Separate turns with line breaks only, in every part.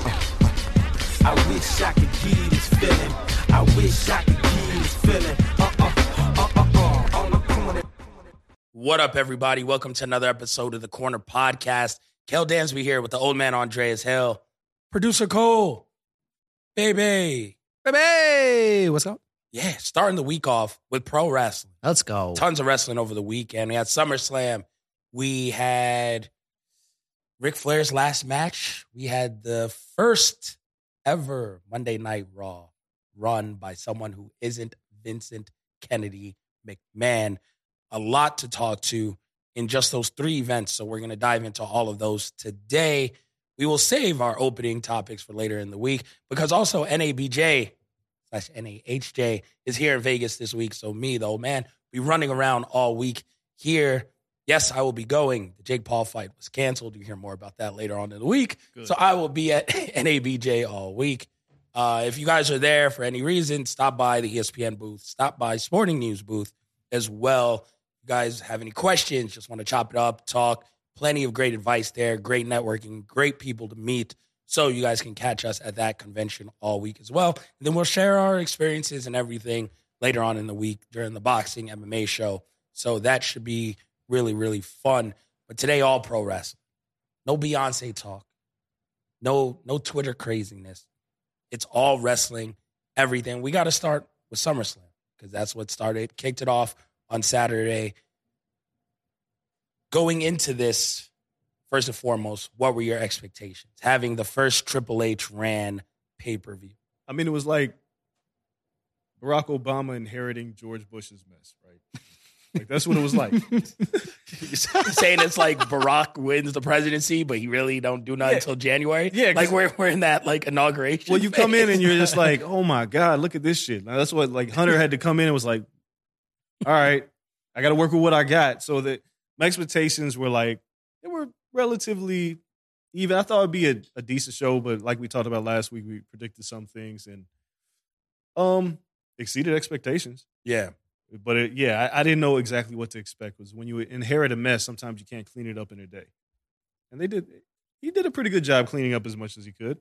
I wish I could give you this feeling. I wish I could give you this feeling. Uh uh uh uh uh. All I'm doing is-
What up, everybody? Welcome to another episode of the Corner Podcast. Kel Dansby here with the old man Andreas Hill.
Producer Cole, baby, baby, what's up?
Yeah, starting the week off with pro wrestling.
Let's go.
Tons of wrestling over the weekend. We had SummerSlam. We had Ric Flair's last match. We had the first ever Monday Night Raw run by someone who isn't Vincent Kennedy McMahon. A lot to talk to in just those three events. So we're going to dive into all of those today. We will save our opening topics for later in the week because also NABJ slash NAHJ is here in Vegas this week. So me, the old man, be running around all week here. Yes, I will be going. The Jake Paul fight was canceled. You hear more about that later on in the week. So I will be at NABJ all week. Uh, if you guys are there for any reason, stop by the E ESPN booth, stop by Sporting News booth as well. You guys have any questions, just want to chop it up, talk. Plenty of great advice there, great networking, great people to meet. So you guys can catch us at that convention all week as well. And then we'll share our experiences and everything later on in the week during the boxing MMA show. So that should be really, really fun. But today, all pro wrestling. No Beyonce talk. No, no Twitter craziness. It's all wrestling, everything. We got to start with SummerSlam because that's what started, kicked it off on Saturday. Going into this, first and foremost, what were your expectations? Having the first Triple H ran pay per view.
I mean, it was like Barack Obama inheriting George Bush's mess, right? Like that's what it was like.
saying it's like Barack wins the presidency, but he really don't do nothing
Yeah.
until January.
Yeah, 'cause-
like we're we're in that like inauguration.
well, you come in
phase.
and you're just like, oh my god, look at this shit. Now, that's what like Hunter had to come in and was like, all right, I got to work with what I got. So that my expectations were like they were relatively even. I thought it'd be a, a decent show, but like we talked about last week, we predicted some things and um exceeded expectations.
yeah,
But it, yeah, I, I didn't know exactly what to expect. Was when you inherit a mess, sometimes you can't clean it up in a day. And they did. He did a pretty good job cleaning up as much as he could.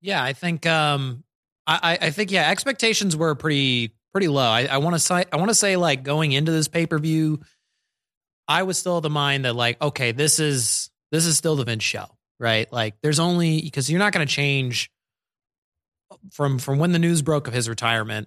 Yeah, I think um I, I I think yeah, expectations were pretty pretty low. I, I wanna say I wanna say like going into this pay-per-view, I was still of the mind that like, okay, this is this is still the Vince show, right? Like there's only because you're not gonna change uh, from from when the news broke of his retirement,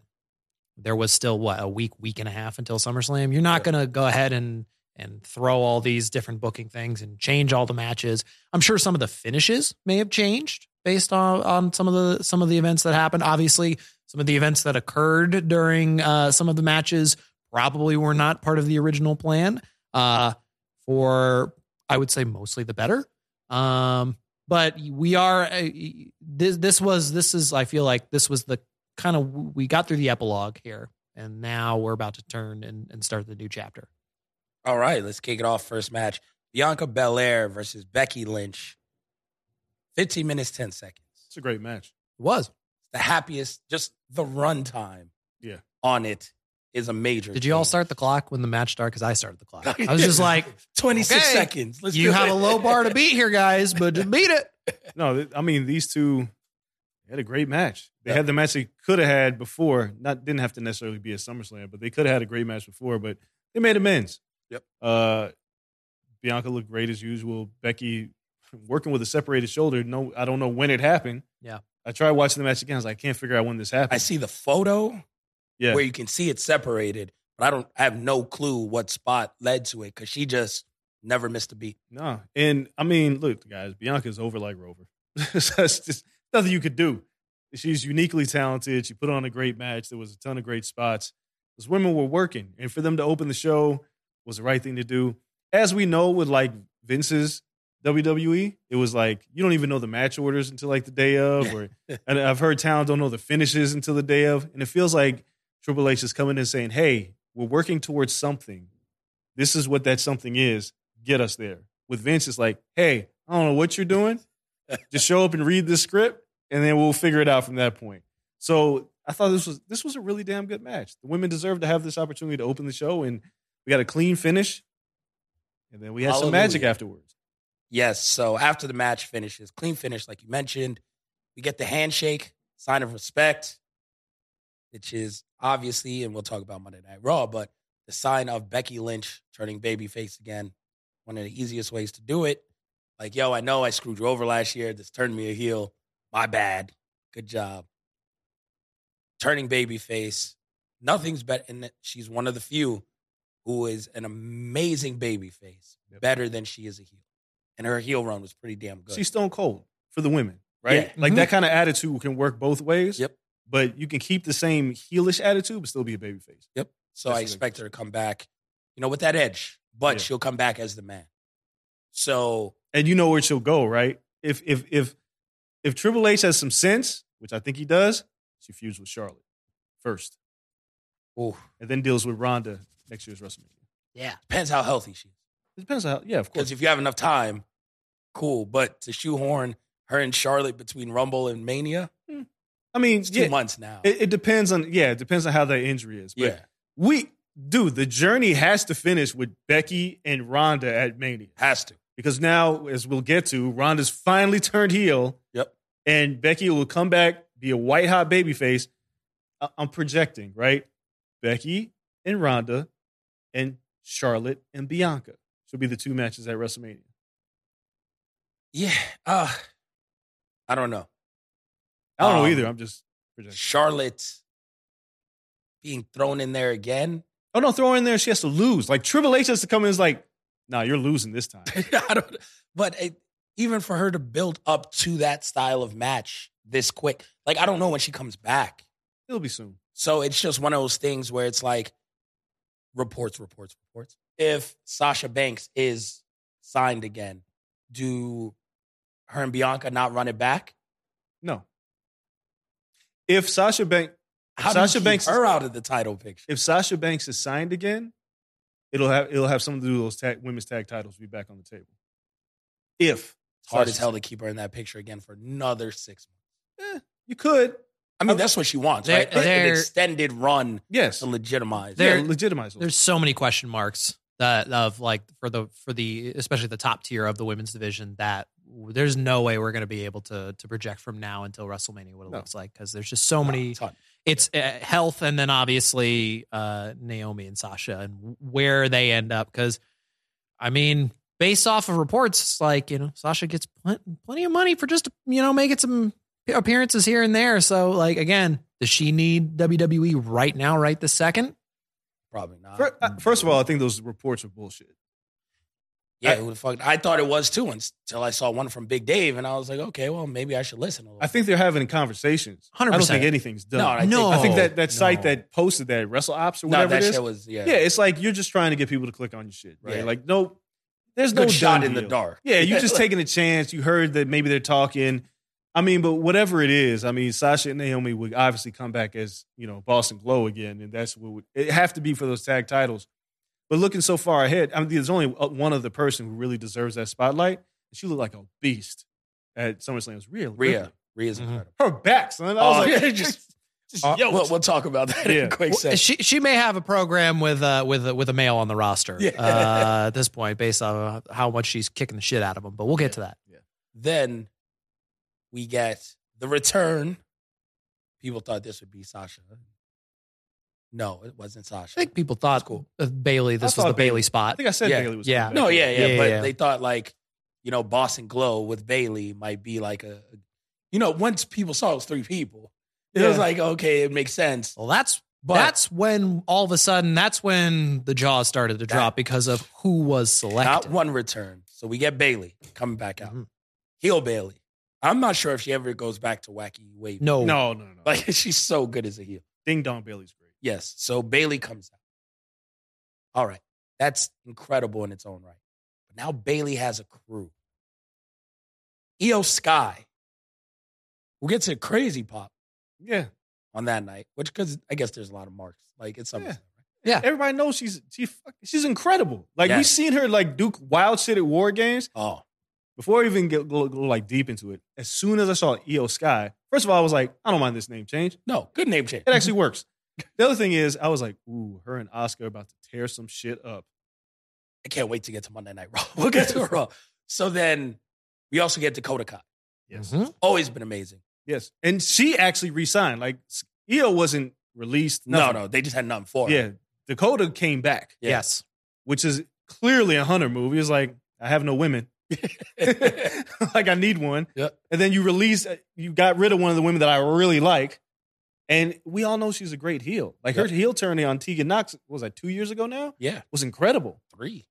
there was still what, a week, week and a half until SummerSlam. You're not gonna go ahead and and throw all these different booking things and change all the matches. I'm sure some of the finishes may have changed based on, on some of the some of the events that happened. Obviously, some of the events that occurred during uh, some of the matches probably were not part of the original plan. Uh, for I would say mostly the better. Um, but we are uh, this this was this is I feel like this was the kind of we got through the epilogue here, and now we're about to turn and, and start the new chapter.
All right, let's kick it off. First match Bianca Belair versus Becky Lynch. 15 minutes, 10 seconds.
It's a great match.
It was
The happiest, just the runtime
Yeah.
on it is a major.
Did you all
thing.
start the clock when the match started? Because I started the clock. I was just like,
26
Okay.
seconds? Let's
you
do
have
it.
a low bar to beat here, guys, but just beat it.
No, th- I mean these two they had a great match. They had the match they could have had before. Not didn't have to necessarily be a SummerSlam, but they could have had a great match before. But they made amends.
Yep.
Uh, Bianca looked great as usual. Becky working with a separated shoulder. No, I don't know when it happened.
Yeah.
I tried watching the match again. I was like, I can't figure out when this happened.
I see the photo
Yeah.
where you can see it separated, but I don't I have no clue what spot led to it because she just never missed a beat.
No. And I mean, look, guys, Bianca's over like Rover. so it's just nothing you could do. She's uniquely talented. She put on a great match. There was a ton of great spots. Those women were working. And for them to open the show was the right thing to do. As we know with like Vince's WWE, E, it was like you don't even know the match orders until like the day of, or and I've heard towns don't know the finishes until the day of. And it feels like Triple H is coming in saying, Hey, we're working towards something. This is what that something is get us there. With Vince, it's like, hey, I don't know what you're doing. Just show up and read this script, and then we'll figure it out from that point. So I thought this was this was a really damn good match. The women deserve to have this opportunity to open the show, and we got a clean finish, and then we had some magic
Hallelujah.
afterwards.
Yes. So after the match finishes, clean finish, like you mentioned, we get the handshake, sign of respect, which is obviously, and we'll talk about Monday Night Raw, but the sign of Becky Lynch turning babyface again. One of the easiest ways to do it. Like, yo, I know I screwed you over last year. This turned me a heel. My bad. Good job. Turning babyface. Nothing's better. And she's one of the few who is an amazing babyface,
Yep.
better than she is a heel and her heel run was pretty damn good.
She's stone cold for the women, right?
Yeah. Mm-hmm.
Like that kind of attitude can work both ways.
Yep.
But you can keep the same heelish attitude, but still be a babyface.
yep. So
That's
I
what
expect her to come back, you know, with that edge, but
Yeah.
she'll come back as the man. So
and you know where she'll go, right? If if if if Triple H has some sense, which I think he does, she feuds with Charlotte first,
ooh,
and then deals with Ronda next year's WrestleMania.
depends how healthy she is.
It depends on how, yeah, of
Because
course.
if you have enough time, cool. But to shoehorn her and Charlotte between Rumble and Mania,
I mean,
it's two
yeah,
months now.
it, it depends on yeah, it depends on how that injury is. But
yeah,
we dude, the journey has to finish with Becky and Ronda at Mania
has to.
because now, as we'll get to, Ronda's finally turned heel.
Yep.
and Becky will come back, be a white hot baby face. I- I'm projecting, right? Becky and Ronda and Charlotte and Bianca should be the two matches at WrestleMania.
Yeah. Uh, I don't know.
I don't know
Um,
either. I'm just projecting.
Charlotte being thrown in there again.
Oh no, throw her in there. She has to lose. Like Triple H has to come in. and is like, nah, you're losing this time.
I don't, but it, even for her to build up to that style of match this quick, like I don't know when she comes back.
It'll be soon.
So it's just one of those things where it's like reports, reports, reports. If Sasha Banks is signed again, do her and Bianca not run it back?
No. If Sasha Bank,
How
Sasha
do you keep
Banks is-
her out of the title picture?
if Sasha Banks is signed again, it'll have it'll have something to do with those tag, women's tag titles be back on the table. If
It's hard as
Sasha's-
hell to keep her in that picture again for another six months.
you could,
I mean, that's what she wants,
There-
right? An- An
there-
extended run
yes,
to legitimize.
There-
yeah, legitimize.
There's so many question marks that of like for the for the especially the top tier of the women's division that there's no way we're going to be able to to project from now until WrestleMania what it
No.
looks like because there's just so many.
Ton.
It's uh, health and then obviously uh, Naomi and Sasha and where they end up because I mean based off of reports it's like you know Sasha gets pl- plenty of money for just you know making some appearances here and there so like again does she need WWE right now right this second
Probably not.
Fir- uh, First of all, I think those reports are bullshit.
Yeah,
I-
who the fuck? I thought it was too until I saw one from Big Dave, and I was like, okay, well, maybe I should listen. A little
I think they're having conversations. I don't
100%.
think anything's done.
No, I think-
No.
I think that that
No.
site that posted that WrestleOps or
no,
whatever
that
it is.
shit was yeah,
yeah, it's like you're just trying to get people to click on your shit, right?
Yeah.
Like no, there's
good
no
shot
done
in the
deal.
dark.
Yeah, you're just
Like,
taking a chance. You heard that maybe they're talking. I mean, but whatever it is, I mean, Sasha and Naomi would obviously come back as you know Boston Glow again, and that's what would it have to be for those tag titles. But looking so far ahead, I mean, there's only uh, one other person who really deserves that spotlight. and She looked like a beast at SummerSlam. It was Rhea.
Rhea.
Ripley.
Rhea's
Mhm.
incredible.
her back, son. I was
Oh,
like,
yeah,
just,
just-
Uh,
Yo, we'll, we'll talk about that in
Yeah.
a quick
Well,
second.
she she may have a program with uh with a, with a male on the roster
Yeah.
uh, at this point, based on how much she's kicking the shit out of him. But we'll get to that.
Then we get the return. People thought this would be Sasha. No, it wasn't Sasha.
I think people thought
cool.
of Bailey. This was
thought
the Bailey
Bayley- I
spot.
think I said
Yeah.
Bailey was
Yeah.
coming back.
no, yeah, yeah,
Yeah,
but
yeah.
they thought like you know, Boston Glow with Bailey might be like a, you know, once people saw it was three people, it was
Yeah.
like okay, it makes sense.
Well, that's
But
that's when all of a sudden that's when the jaws started to drop because of who was
not
selected.
one return. So we get Bailey coming back out,
Mhm.
heel Bailey. I'm not sure if she ever goes back to wacky wave.
no,
No, no, no. Like
like she's so good as a heel.
Ding Dong Bailey's great.
Yes. So Bailey comes out. All right. That's incredible in its own right. But now Bailey has a crew. EO Sky. We'll get to crazy pop
Yeah.
on that night, which because I guess there's a lot of marks. Like it's something.
Yeah. Everybody knows she's she fuck- she's incredible. Like we've
Yes.
seen her like do wild shit at war games.
Oh.
Before I even get go, go, like deep into it, as soon as I saw EO Sky, first of all, I was like, I don't mind this name change.
No, good name change.
It actually works. The other thing is, I was like, ooh, her and Oscar are about to tear some shit up.
I can't wait to get to Monday Night Raw. We'll get to Raw. So then we also get Dakota Kai.
Yes.
Mhm.
Always Oh, been amazing.
Yes. And she actually resigned. Like EO wasn't released.
No,
nothing.
no, they just had nothing for her.
Yeah. Dakota came back,
Yeah.
yes,
which is clearly a hunter movie. It's like, I have no women. like I need one.
Yep.
And then you release, uh, you got rid of one of the women that I really like, and we all know she's a great heel. Like her heel turn on Tegan Knox what was that two years ago now
yeah.
was incredible.
Three.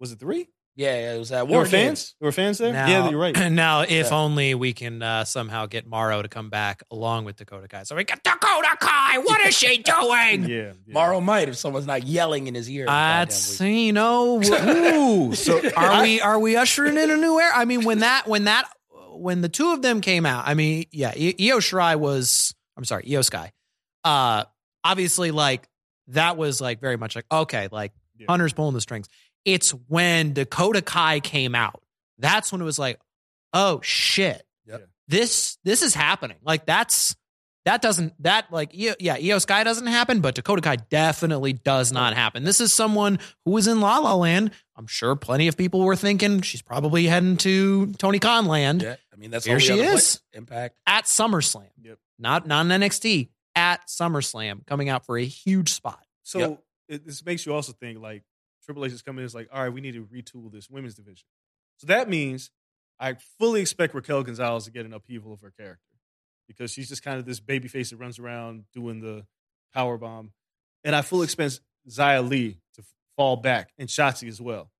Was it three?
Yeah, it was at
There
War
were fans.
Games.
There were fans there.
Now-
yeah, you're right.
now if
Yeah.
only we can uh, somehow get Morrow to come back along with Dakota Kai. So we got Dakota Kai. What is she doing?
yeah, yeah.
Morrow might if someone's not yelling in his ear.
That's you know. Ooh, so are we are we ushering in a new era? I mean, when that when that when the two of them came out, I mean, yeah, E- Io Shirai was. I'm sorry, Io Sky. Uh, obviously, like that was like very much like okay, like
Yeah.
Hunter's pulling the strings. It's when Dakota Kai came out. That's when it was like, oh shit,
Yep.
this this is happening. Like that's that doesn't that like E- yeah Io Sky doesn't happen, but Dakota Kai definitely does not happen. This is someone who was in La La Land. I'm sure plenty of people were thinking she's probably heading to Tony Khan land
Yeah, I mean that's
Here
only
she
other pla-
is.
Impact.
at SummerSlam.
Yep.
Not not in NXT at SummerSlam, coming out for a huge spot.
So
Yep.
it, this makes you also think like Triple H is coming in. It's like, all right, we need to retool this women's division. So that means I fully expect Raquel Gonzalez to get an upheaval of her character because she's just kind of this baby face that runs around doing the power bomb, and I fully expect Zia Lee to f- fall back and Shotzi as well.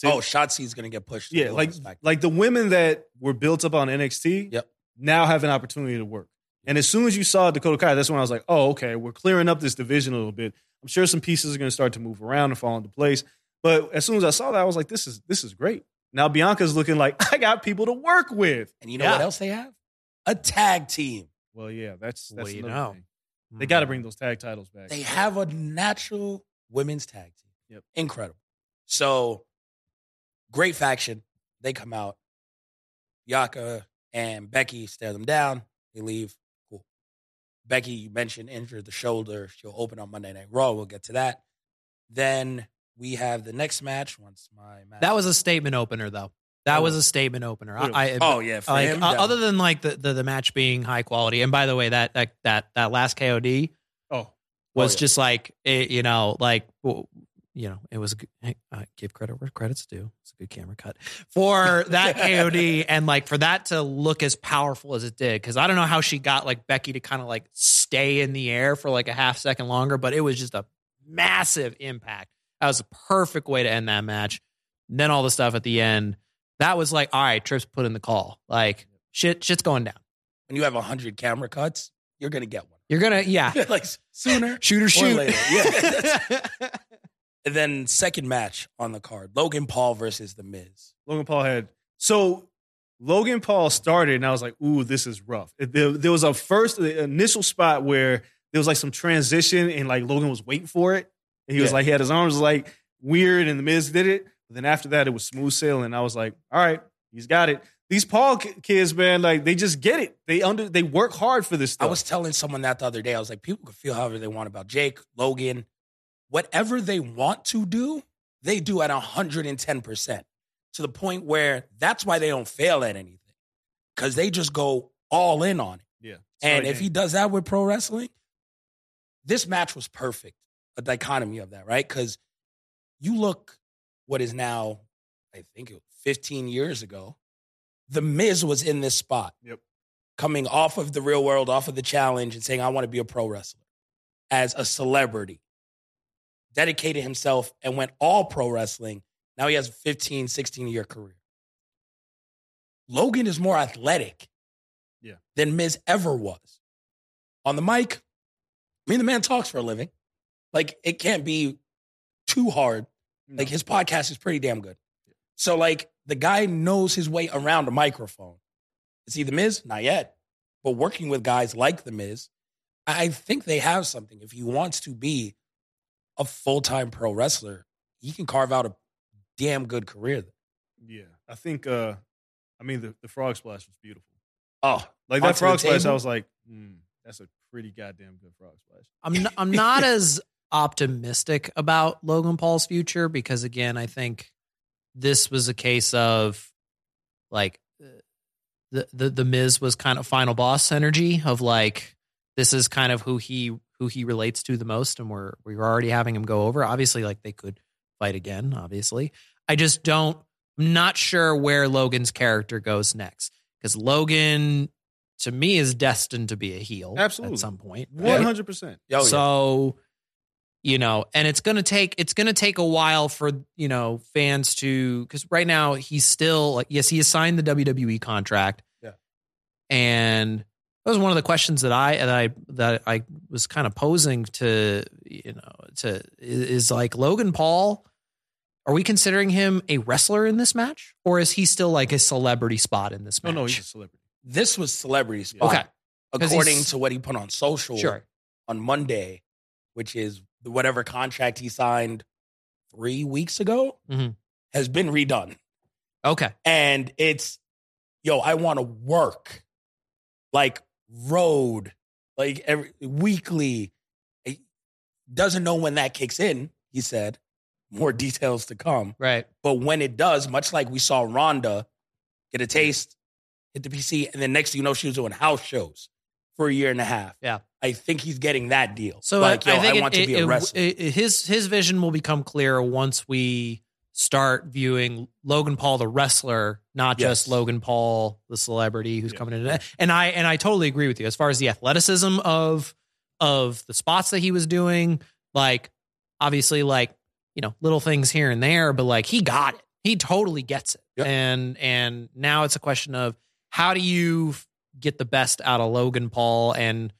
To-
Oh, Shotzi's gonna get pushed. to
yeah,
the
like
lowest back.
like the women that were built up on NXT
Yep.
now have an opportunity to work. And as soon as you saw Dakota Kai, that's when I was like, oh, okay, we're clearing up this division a little bit. I'm sure some pieces are going to start to move around and fall into place. But as soon as I saw that, I was like, this is this is great. Now Bianca's looking like I got people to work with.
and you know what
Yeah.
else they have? A tag team.
Well, yeah, that's that's
Well, you
another
know. Mm-hmm.
thing. They got to bring those tag titles back.
They have a natural women's tag team.
Yep.
Incredible. So great faction. They come out. Yaka and Becky stare them down. They leave. Cool. Becky, you mentioned injured the shoulder. She'll open on Monday Night Raw. We'll get to that. Then we have the next match. Once my match
That was a statement opener, though. That
Oh.
was a statement opener. I, I,
oh yeah for
like,
him,
o-
that-
other than like the, the the match being high quality, and by the way, that that that, that last KOD
oh,
was
yeah.
just like it, you know like w- you know it was a g- uh, give credit where credit's due it's a good camera cut for that kod and like for that to look as powerful as it did because i don't know how she got like becky to kind of like stay in the air for like a half second longer but it was just a massive impact that was the perfect way to end that match And then all the stuff at the end that was like all right trips put in the call like shit shit's going down
when you have hundred camera cuts, you're gonna get one.
you're gonna yeah
like sooner
shoot or shoot
later. Yeah. And then second match on the card, Logan Paul versus The Miz.
Logan Paul had. So Logan Paul started, and I was like, "Ooh, this is rough." There, there was a first the initial spot where there was like some transition, and like Logan was waiting for it, and he was
Yeah.
like, he had his arms like weird, and the Miz did it. But then after that, it was smooth sailing. I was like, "All right, he's got it." These Paul ki- kids, man, like they just get it. They under they work hard for this
I
stuff.
was telling someone that the other day. I was like, people can feel however they want about Jake, Logan, whatever they want to do, they do at 110% to the point where that's why they don't fail at anything because they just go all in on it.
yeah.
And if
he.
he does that with pro wrestling, this match was perfect. A dichotomy of that, right? Because you look what is now, I think, it was 15 years ago. The Miz was in this spot,
Yep.
coming off of the real world, off of the challenge, and saying, "I want to be a pro wrestler," as a celebrity, dedicated himself and went all pro wrestling. Now he has a 15, 16 year career. Logan is more athletic
Yeah.
than Miz ever was. On the mic, I mean, the man talks for a living. Like, it can't be too hard. Like, his podcast is pretty damn good. So, like, the guy knows his way around a microphone. Is he The Miz? Not yet. But working with guys like The Miz, I I think they have something. If he wants to be a full time pro wrestler, he can carve out a damn good career.
Oh,
Yeah, I think. uh I mean, the, the frog splash was beautiful.
Oh,
Like that
Onto the
frog splash, I
table?
was like, hmm, that's a pretty goddamn good frog splash.
I'm not, I'm not as optimistic about Logan Paul's future because again, I think this was a case of like uh, the the the Miz was kind of final boss energy of like this is kind of who he who he relates to the most, and we're we're already having him go over. Obviously, like they could fight again. Obviously, I just don't. I'm not sure where Logan's character goes next because Logan, to me, is destined to be a heel
Absolutely.
at some point.
One hundred percent.
yo, yeah.
so you know, and it's gonna take it's gonna take a while for you know fans to because right now he's still like yes he has signed the WWE contract.
Yeah.
and that was one of the questions that I that I that I was kind of posing to you know to i- is like Logan Paul. Are we considering him a wrestler in this match, or is he still like a celebrity spot in this
Oh, No,
match?
no, he's a celebrity.
this was celebrity spot.
okay, he's-
according to what he put on social
sure.
on Monday, which is whatever contract he signed three weeks ago,
Mhm.
has been redone.
Okay,
And it's, yo, I want to work like road, like every weekly. He doesn't know when that kicks in, he said. More details to come.
right.
But when it does, much like we saw Rhonda
Mm-hmm.
get a taste, hit the PC, and then next thing you know, she was doing house shows for a year and a half.
Yeah.
I think he's getting that deal.
So uh,
like,
I,
yo,
I think it-
want to be
it-
a wrestler.
it- it- his his vision will become clearer once we start viewing Logan Paul the wrestler, not just
Yes.
Logan Paul the celebrity who's
Yeah.
coming in. And I and I totally agree with you as far as the athleticism of of the spots that he was doing. Like obviously, like you know, little things here and there, but like he got it. He totally gets it.
Yep.
And and now it's a question of how do you f- get the best out of Logan Paul and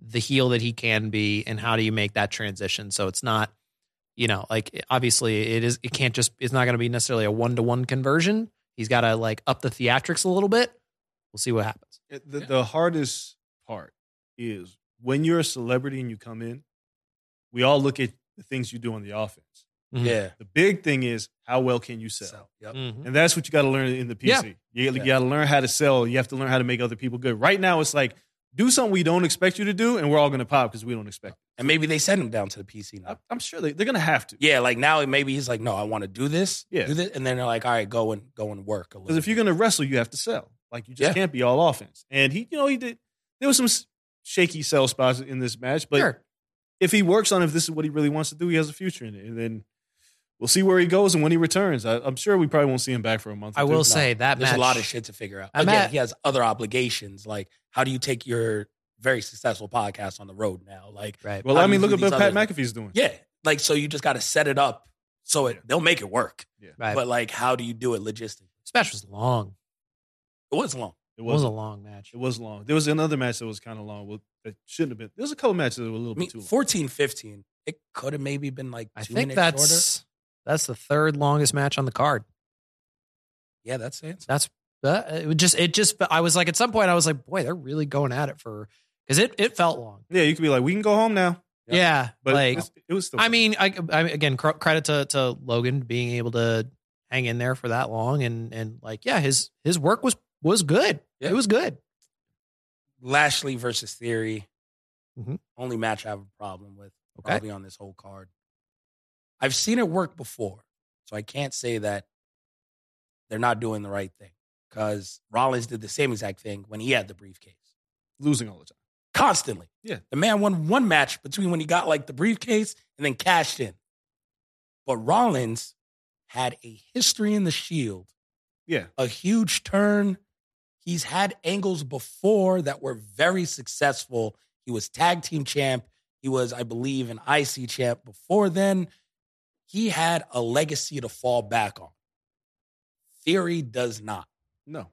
the heel that he can be and how do you make that transition so it's not you know like obviously it is it can't just it's not going to be necessarily a one-to-one conversion he's got to like up the theatrics a little bit we'll see what happens
It- The, the hardest part is when you're a celebrity and you come in. We all look at the things you do on the offense.
Mm-hmm.
yeah.
The big thing is how well can you sell,
So, yep.
Mhm.
and that's what you got to learn in the PC. You,
Yeah.
got to learn how to sell. You have to learn how to make other people good. Right now, it's like do something we don't expect you to do, and we're all going to pop because we don't expect.
And maybe they send him down to the PC
It. I,
now.
I'm sure they, they're going to have to.
Yeah, like now maybe he's like, no, I want to do this,
Yeah.
do this, and then they're like, all right, go and go and work a little.
Because if you're going to wrestle, you have to sell. Like you just
Yeah.
can't be all offense. And he, you know, he did. There was some s- shaky sell spots in this match, but
sure
if he works on it, if this is what he really wants to do, he has a future in it. And then we'll see where he goes and when he returns. I, I'm sure we probably won't see him back for a month. or
i
two.
will say that
there's
match
a lot of shit to figure out.
I'm
Again,
at-
he has other obligations. Like, how do you take your very successful podcast on the road now? Like,
right
Well,
How
I
do
mean,
you
look
do
at what
these
Pat
others?
McAfee's doing.
yeah, like so you just got to set it up so it
Yeah.
they'll make it work.
right
But like, how do you do it logistically?
this match was long
It was long.
It
it was
was
a
it
long match
was long. There was another match that was kind of long. Well, that shouldn't have been. There was a couple matches that were a little
I mean,
bit too long.
14, 15. It could have maybe been like two
i think
minutes
that's
shorter.
that's the third longest match on the card
Yeah, that's it.
that's that it would just it just i was like at some point i was like boy they're really going at it for because it it felt long
Yeah, you could be like, we can go home now.
Yeah.
yeah
But
like
it's- it was still.
I
fun.
mean, I, I again cr- credit to to Logan being able to hang in there for that long and and like yeah, his his work was was good.
Yeah.
It was good.
Lashley versus Theory.
Mhm.
Only match I have a problem with.
Okay.
Probably on this whole card. I've seen it work before, so I can't say that they're not doing the right thing because Rollins did the same exact thing when he had the briefcase
Losing all the time.
constantly.
Yeah.
the man won one match between when he got like the briefcase and then cashed in, but Rollins had a history in the Shield
Yeah.
a huge turn. He's had angles before that were very successful. He was tag team champ. He was, I believe, an IC champ before then. He had a legacy to fall back on. Theory does not.
No.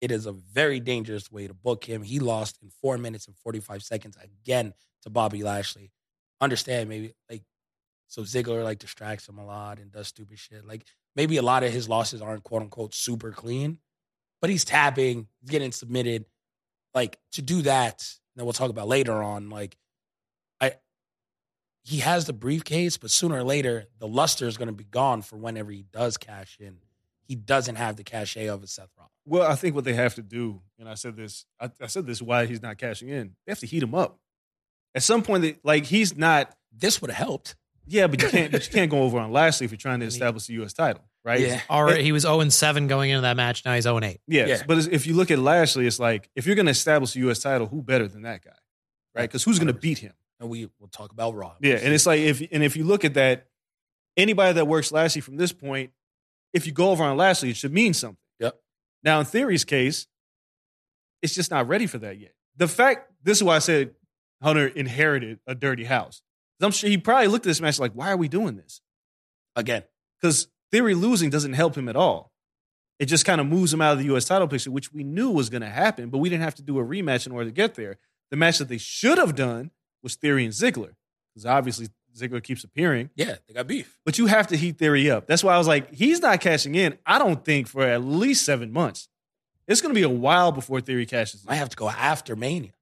It is a very dangerous way to book him. He lost in four minutes and 45 seconds again to Bobby Lashley. Understand, maybe like, so Ziggler like distracts him a lot and does stupid shit. Like, maybe a lot of his losses aren't quote unquote super clean, but he's tapping, he's getting submitted. Like, to do that, that we'll talk about later on, like, I, he has the briefcase, but sooner or later, the luster is going to be gone for whenever he does cash in. He doesn't have the cachet of a Seth Rollins.
Well, I think what they have to do, and I said this, I, I said this why he's not cashing in. They have to heat him up. At some point, they, like he's not.
This would have helped.
Yeah, but you can't. but you can't go over on Lashley if you're trying to
And he-
establish the U.S. title, right?
Yeah.
Already, he was 0 7 going into that match. Now he's 0 8.
Yes,
Yeah.
but it's- if you look at Lashley, it's like if you're going to establish the U.S. title, who better than that guy, right? Because who's going to beat him?
and we will talk about Raw.
Yeah, and it's like if and if you look at that, anybody that works Lashley from this point, if you go over on Lashley, it should mean something.
Yep.
Now, in theory's case, it's just not ready for that yet. The fact this is why I said Hunter inherited a dirty house. 'Cause I'm sure he probably looked at this match like, why are we doing this?
again,
Because theory losing doesn't help him at all. It just kind of moves him out of the U.S. title picture, which we knew was going to happen, but we didn't have to do a rematch in order to get there. The match that they should have done was Theory and Ziggler, because obviously Ziggler keeps appearing.
yeah, they got beef.
But you have to heat Theory up. That's why I was like, he's not cashing in. I don't think for at least seven months. It's going to be a while before Theory cashes.
Might
In.
have to go after Mania.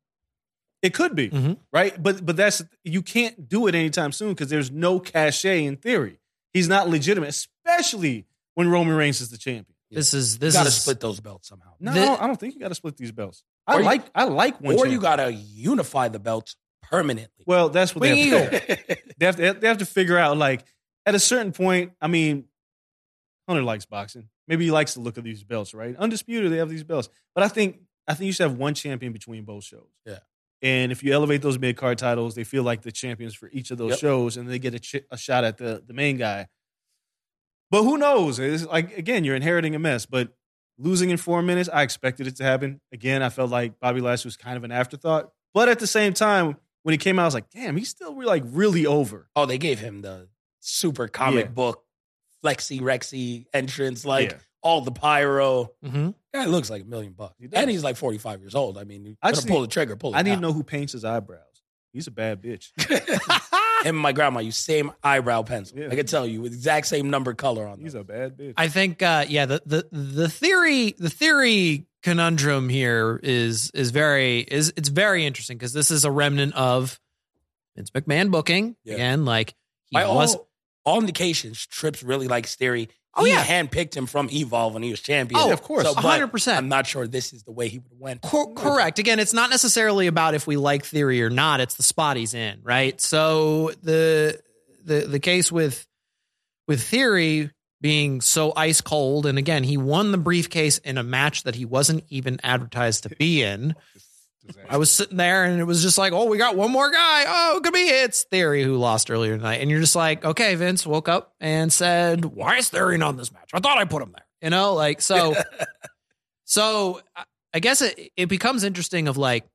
It could be
Mhm.
right, but but that's you can't do it anytime soon because there's no cachet in Theory. He's not legitimate, especially when Roman Reigns is the champion.
This is,
You
this
got to
is,
split those belts somehow,
No,
The-
I, don't, I don't think you got to split these belts. I
Or you-
like I like one.
or you
champion.
got to unify the belts permanently.
well, that's what they have, to do.
Wait.
they have to. They have to figure out like at a certain point. I mean, Hunter likes boxing. Maybe he likes the look of these belts, right? Undisputed, they have these belts, but I think I think you should have one champion between both shows.
Yeah.
And if you elevate those mid card titles, they feel like the champions for each of those
Yep.
shows, and they get a, ch- a shot at the the main guy. But who knows? It's like again, you're inheriting a mess. But losing in four minutes, I expected it to happen. Again, I felt like Bobby Lashley was kind of an afterthought. But at the same time, when he came out, I was like, damn, he's still re- like really over.
oh, they gave him the super comic
Yeah.
book flexi rexy entrance, like
Yeah.
all the pyro.
Mhm.
Guy looks like a million bucks,
He does.
and he's like forty five years old. I mean, you
I
gotta
just
pull the
need-
trigger. Pull. It
I need to
out.
know who paints his eyebrows. He's a bad bitch.
Him and my grandma use same eyebrow pencil.
Yeah.
I can tell you exact same number color on
He's
those.
a bad bitch.
I think, uh, yeah, the, the, the theory, the theory conundrum here is, is very, is, it's very interesting because this is a remnant of Vince McMahon booking.
Yeah.
Again, like, he
By
was,
all, all indications, Trips really likes Theory.
Oh,
he
yeah.
handpicked him from Evolve when he was champion.
Oh,
of course.
So, but
100%.
I'm not sure this is the way he would have went.
Cor- correct. Again, it's not necessarily about if we like theory or not. It's the spot he's in, right? So the the the case with with theory being so ice cold, and again, he won the briefcase in a match that he wasn't even advertised to be in. I was sitting there, and it was just like, oh, we got one more guy. Oh, it could be it's theory who lost earlier tonight, and you're just like, okay, Vince woke up and said, why is theory not in this match? I thought I put him there, you know, like so. So I- I guess it, it becomes interesting of like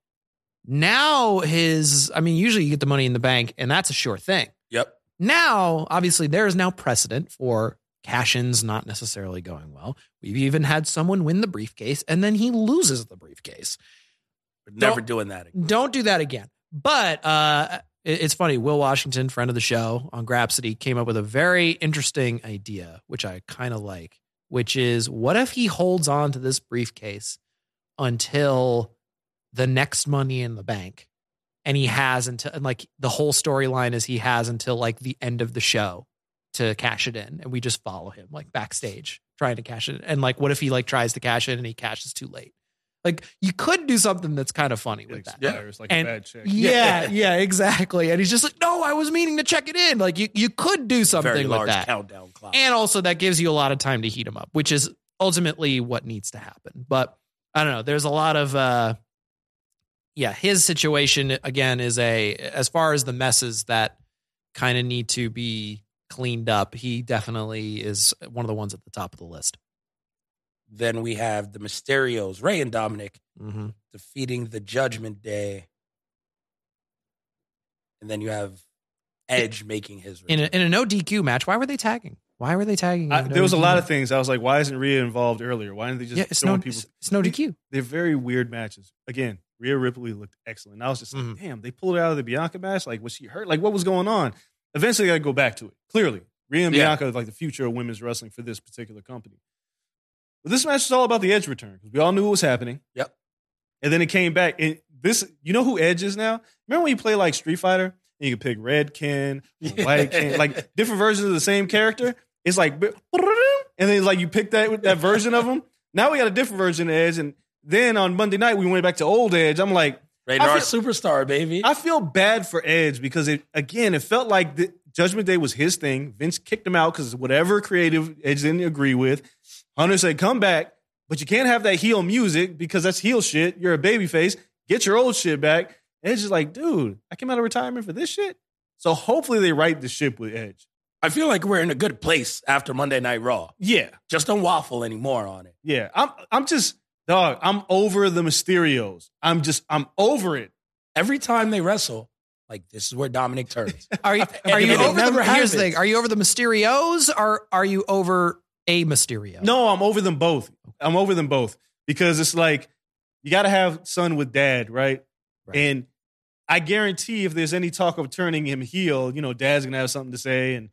now his I mean, usually you get the money in the bank and that's a sure thing.
Yep.
Now, obviously, there is now precedent for cash ins not necessarily going well. We've even had someone win the briefcase and then he loses the briefcase.
We're never
Don't-
doing that again.
Don't do that again. But uh, it- it's funny. Will Washington, friend of the show on Grapsity, came up with a very interesting idea, which I kind of like, which is what if he holds on to this briefcase until the next money in the bank? And he has until, and like the whole storyline is he has until like the end of the show to cash it in. And we just follow him like backstage trying to cash it. And like, what if he like tries to cash in and he cashes too late? Like, you could do something that's kind of funny with that.
expires like
And-
a bad check.
Yeah, yeah, exactly. And he's just like, no, I was meaning to check it in. Like, you you could do something
Very
with
large
that.
countdown clock.
And also that gives you a lot of time to heat them up, which is ultimately what needs to happen. But I don't know. There's a lot of uh yeah, his situation again is a as far as the messes that kind of need to be cleaned up, he definitely is one of the ones at the top of the list.
then we have the Mysterios, Ray and Dominic
Mm-hmm.
defeating the Judgment Day, and then you have Edge making his
In a,
return.
in a no DQ match, why were they tagging? Why were they tagging?
I,
in
there was a
DQ?
lot of things. I was like, why isn't Rhea involved earlier? Why didn't they just
yeah, it's no,
throwing people?
it's, it's no DQ.
They're very weird matches. Again, Rhea Ripley looked excellent. I was just like,
Mhm.
damn, they pulled her out of the Bianca match. Like, was she hurt? Like, what was going on? Eventually, I go back to it. Clearly, Rhea and
Yeah.
Bianca are like the future of women's wrestling for this particular company. But this match is all about the Edge return because we all knew what was happening.
Yep.
And then it came back. And this, you know who Edge is now? Remember when you play like Street Fighter and you could pick Red Ken, or White Ken, like different versions of the same character? It's like, and then like you pick that that version of him. Now we got a different version of Edge, and then on Monday night we went back to old Edge. I'm like,
Radar
I
superstar, baby.
I feel bad for Edge because it again it felt like the Judgment Day was his thing. Vince kicked him out because whatever creative Edge didn't agree with. Hunter said, "Come back, but you can't have that heel music because that's heel shit. You're a babyface. Get your old shit back." Edge is like, "Dude, I came out of retirement for this shit." So hopefully they right the ship with Edge.
I feel like we're in a good place after Monday Night Raw.
Yeah,
Just don't waffle anymore on it.
Yeah, I'm I'm just dog. I'm over the Mysterios. I'm just I'm over it.
Every time they wrestle, like this is where Dominic turns.
Are you are
And
you
it
over the
never
here's the
happens.
thing? Are you over the Mysterios or are you over a Mysterio?
No, I'm over them both. I'm over them both because it's like you got to have son with dad, right?
Right.
And I guarantee if there's any talk of turning him heel, you know, dad's gonna have something to say, and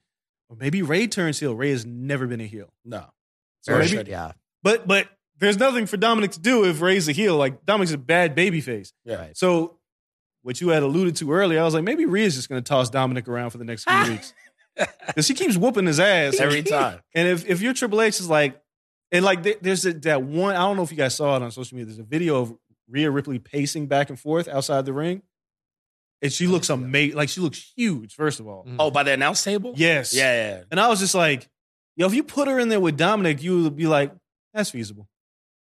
or maybe Ray turns heel. Ray has never been a heel,
no.
So maybe-
Very
yeah.
but but there's nothing for Dominic to do if Ray's a heel. Like Dominic's a bad babyface.
Yeah.
So what you had alluded to earlier, I was like, maybe Rhea's just gonna toss Dominic around for the next few weeks because he keeps whooping his ass
Every time.
and if if your Triple H is like, and like there- there's a, that one, I don't know if you guys saw it on social media. There's a video of Rhea Ripley pacing back and forth outside the ring, and she looks amazing. Like she looks huge. First of all,
Mhm.
Oh, by the announce table?
yes,
Yeah, yeah, yeah.
And I was just like, yo, if you put her in there with Dominic, you would be like, that's feasible.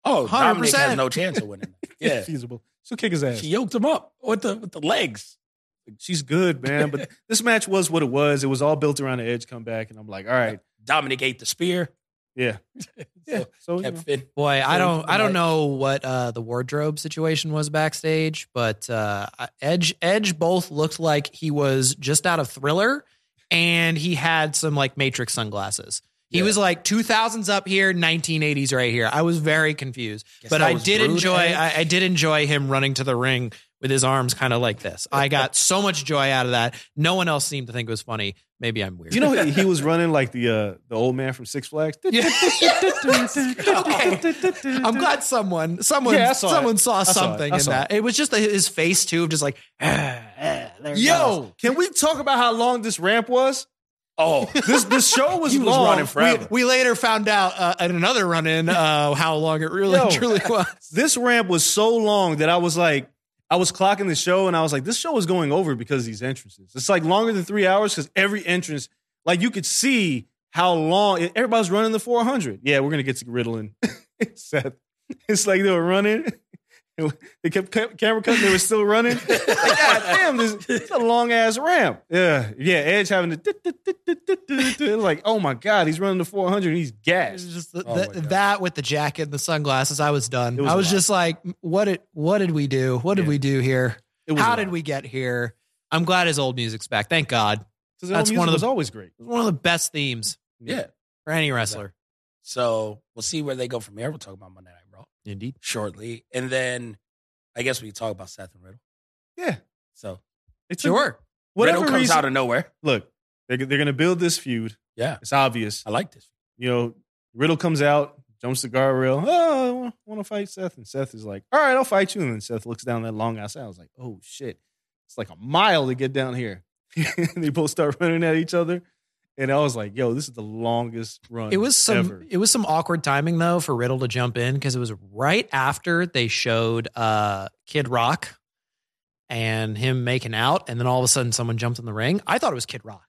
Oh, Dominic
100%.
has no chance of winning.
It's
Yeah.
feasible. She'll kick his ass.
She yoked him up with the with the legs.
She's good, man. But this match was what it was. It was all built around the Edge comeback, and I'm like, all right,
Dominic ate the spear.
yeah, yeah. So,
Oh,
you
Kept
know,
Finn.
Boy, I
So
don't I
tonight-
don't know what uh, the wardrobe situation was backstage, but uh, Edge Edge both looked like he was just out of Thriller, and he had some like Matrix sunglasses. He
Yeah.
was like 2000s up here, 1980s right here. I was very confused,
Guess
but
that
I
was
did
rude,
enjoy
Edge.
I, I did enjoy him running to the ring with his arms kind of like this. I got so much joy out of that. No one else seemed to think it was funny. Maybe I'm weird.
you know, he was running like the uh, the old man from Six Flags.
Okay. I'm glad someone, someone,
Yeah, I saw
someone
it.
saw
I saw it.
something
I
in
saw
that. It. was just the, his face too, of just like, ah, ah, there it goes.
Yo, can we talk about how long this ramp was?
Oh,
This this show was
He was
long.
running forever.
We later found out uh, in another run in uh, how long it really
Yo.
truly was.
This ramp was so long that I was like, I was clocking the show and I was like, this show is going over because of these entrances. It's like longer than three hours because every entrance, like you could see how long e, everybody's running the 400. Yeah, we're gonna get to Riddlin. Seth. It's like they were running. They kept ca- camera cutting. They were still running. Like, God damn, this, this is a long ass ramp. Yeah, yeah. Edge having to like, oh my god, he's running the 400. and He's
It was
gassed.
just the,
Oh
the-
my God.
that with the jacket and the sunglasses, I was done.
It was
I
a
was
lot.
just like, what did what did we do? What did
Yeah.
we do here?
It was
How
a
did
lot.
we get here? I'm glad his old music's back. Thank God. It
'Cause
That's
the old
one of
music was
the-
always great.
was one of the best themes
yeah.
for any wrestler.
So we'll see where they go from here. We'll talk about Monday Night Raw
Indeed.
shortly. And then I guess we can talk about Seth and Riddle.
Yeah.
So
It's
Sure.
Whatever
Riddle comes
reason,
out of nowhere.
look, they're, they're going to build this feud.
Yeah.
It's obvious.
I like this.
You know, Riddle comes out, jumps the guardrail. Oh, I want to fight Seth. And Seth is like, all right, I'll fight you. And then Seth looks down that long ass alley. I was like, oh, shit. It's like a mile to get down here. and they both start running at each other. and I was like, "Yo, this is the longest run."
It was some
ever.
it was some awkward timing though for Riddle to jump in because it was right after they showed uh Kid Rock and him making out, and then all of a sudden someone jumped in the ring. I thought it was Kid Rock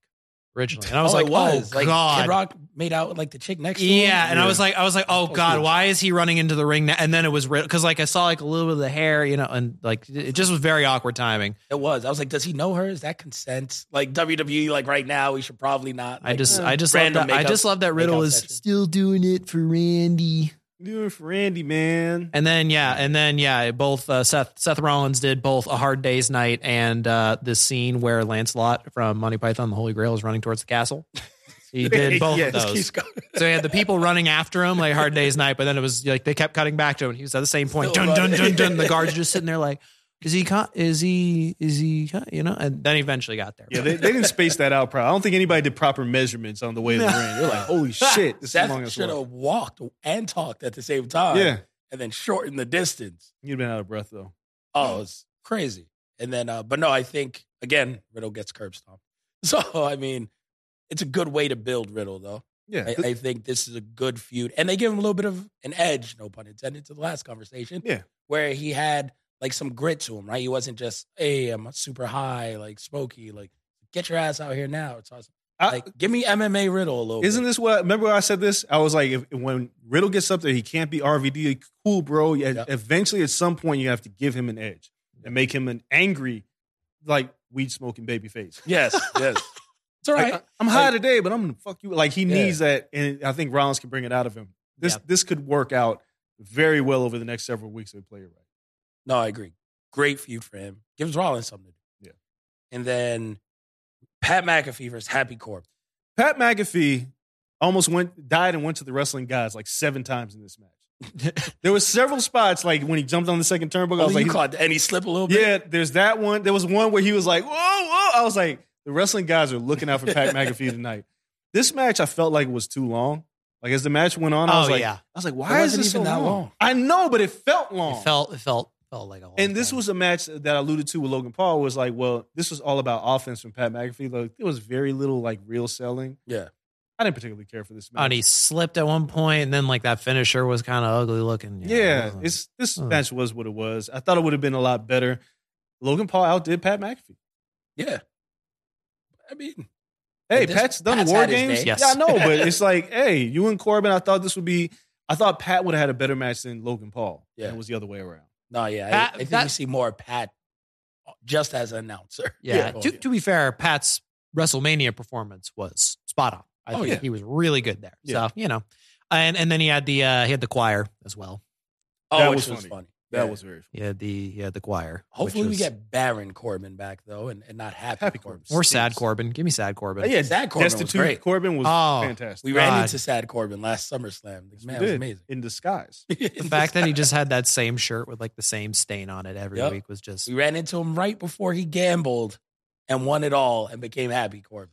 originally, and I was
Oh,
like,
it was.
"Oh
like,
god."
Kid Rock made out with like the chick next to him.
yeah, and I was like, I was like, oh
Oh,
god,
cool.
why is he running into the ring now? And then it was because like I saw like a little bit of the hair, you know, and like it just was very awkward timing.
It was. I was like, does he know her? Is that consent? Like WWE, like right now, we should probably not.
I
like,
just, I just, love
random
that, I
makeup-
just love that Riddle
makeout
is
session.
still doing it for Randy.
doing for Randy, man.
And then yeah, and then yeah, both uh, Seth Seth Rollins did both a Hard Day's Night and uh, the scene where Lancelot from Monty Python and the Holy Grail is running towards the castle. He did both
Yes.
of those. So he had the people running after him like Hard Day's Night, but then it was like they kept cutting back to him. and He was at the same point,
Still
dun dun dun
running.
dun. The guards just sitting there like, is he? Con- is he? Is he? Con-? You know? And then he eventually got there.
Yeah, they, they didn't space that out. Probably, I don't think anybody did proper measurements on the way to the
No.
ring. They're like, "Holy shit, this is long
Seth
as
should
well."
have walked and talked at the same time.
Yeah,
And then shortened the distance.
you'd been out of breath though.
Oh, it's crazy. And then, uh, but no, I think again, Riddle gets curb stomped. So I mean, it's a good way to build Riddle, though.
Yeah,
I, I think this is a good feud, and they give him a little bit of an edge, no pun intended, to the last conversation.
Yeah.
where he had like some grit to him, right? He wasn't just, "Hey, I'm super high, like smoky, like get your ass out here now." It's awesome.
I-
like, give me MMA Riddle a little.
Uh, Isn't
bit.
this what? Remember I said this? I was like, if, when Riddle gets up there, he can't be RVD. Cool, bro. Yeah,
Yep.
Eventually, at some point, you have to give him an edge and make him an angry, like weed smoking baby face.
Yes, yes. It's all
Like,
right.
I'm high
Like-
today, but I'm gonna fuck you. Like he
Yeah.
needs that, and I think Rollins can bring it out of him. This
Yeah.
this could work out very well over the next several weeks if they play it right.
No, I agree. Great feud for him. Gives Rollins something to do.
Yeah.
And then Pat McAfee versus Happy Corp.
Pat McAfee almost went died and went to the wrestling guys like seven times in this match. there was several spots like when he jumped on the second turnbuckle. I
Oh,
was like,
you
he's-
caught that. And he slipped a little bit.
Yeah, there's that one. There was one where he was like, whoa, whoa. I was like, the wrestling guys are looking out for Pat McAfee tonight. This match I felt like was too long. Like as the match went on, I was
Oh
like,
yeah,
I was like,
It
why is
wasn't
this
even
so
that
long?
long.
I know, but it felt long.
it felt it felt felt like a. Long
and this
time.
was a match that I alluded to with Logan Paul was like, well, this was all about offense from Pat McAfee. Like there was very little like real selling.
Yeah.
I didn't particularly care for this match.
and he slipped at one point, and then like that finisher was kind of ugly looking.
Yeah, it's this
Hmm.
match was what it was. I thought it would have been a lot better. Logan Paul outdid Pat McAfee.
Yeah. I mean,
Hey,
And this-
Pat's done
Pat's
war
had his
games.
day.
Yes.
Yeah, I know, but it's like, hey, you and Corbin. I thought this would be. I thought Pat would have had a better match than Logan Paul.
Yeah.
and it was the other way around.
no, yeah. I-
Pat-
I, think
that-
we see more of Pat uh, just as an announcer.
Yeah.
Oh,
To, to be fair, Pat's WrestleMania performance was spot on. I
Oh,
think
yeah.
he was really good there.
Yeah.
So you know, and and then he had the uh, he had the choir as well.
Oh,
That
which
was
was
funny.
funny.
That
Yeah.
was very.
He had the he had the choir. which
Hopefully, we
was-
get Baron Corbin back, though, and, and not Happy,
Happy
Corbin.
Corbin.
or sad Corbin. Give me sad Corbin.
yeah,
Sad Oh, Corbin was
destitute
great.
Corbin was
Oh.
fantastic
We ran
God.
into Sad Corbin last SummerSlam. Like,
Yes,
man,
we
it was
did.
amazing.
in disguise.
The fact that he just had that same shirt with like the same stain on it every
Yep.
week was just
We ran into him right before he gambled and won it all and became Happy Corbin.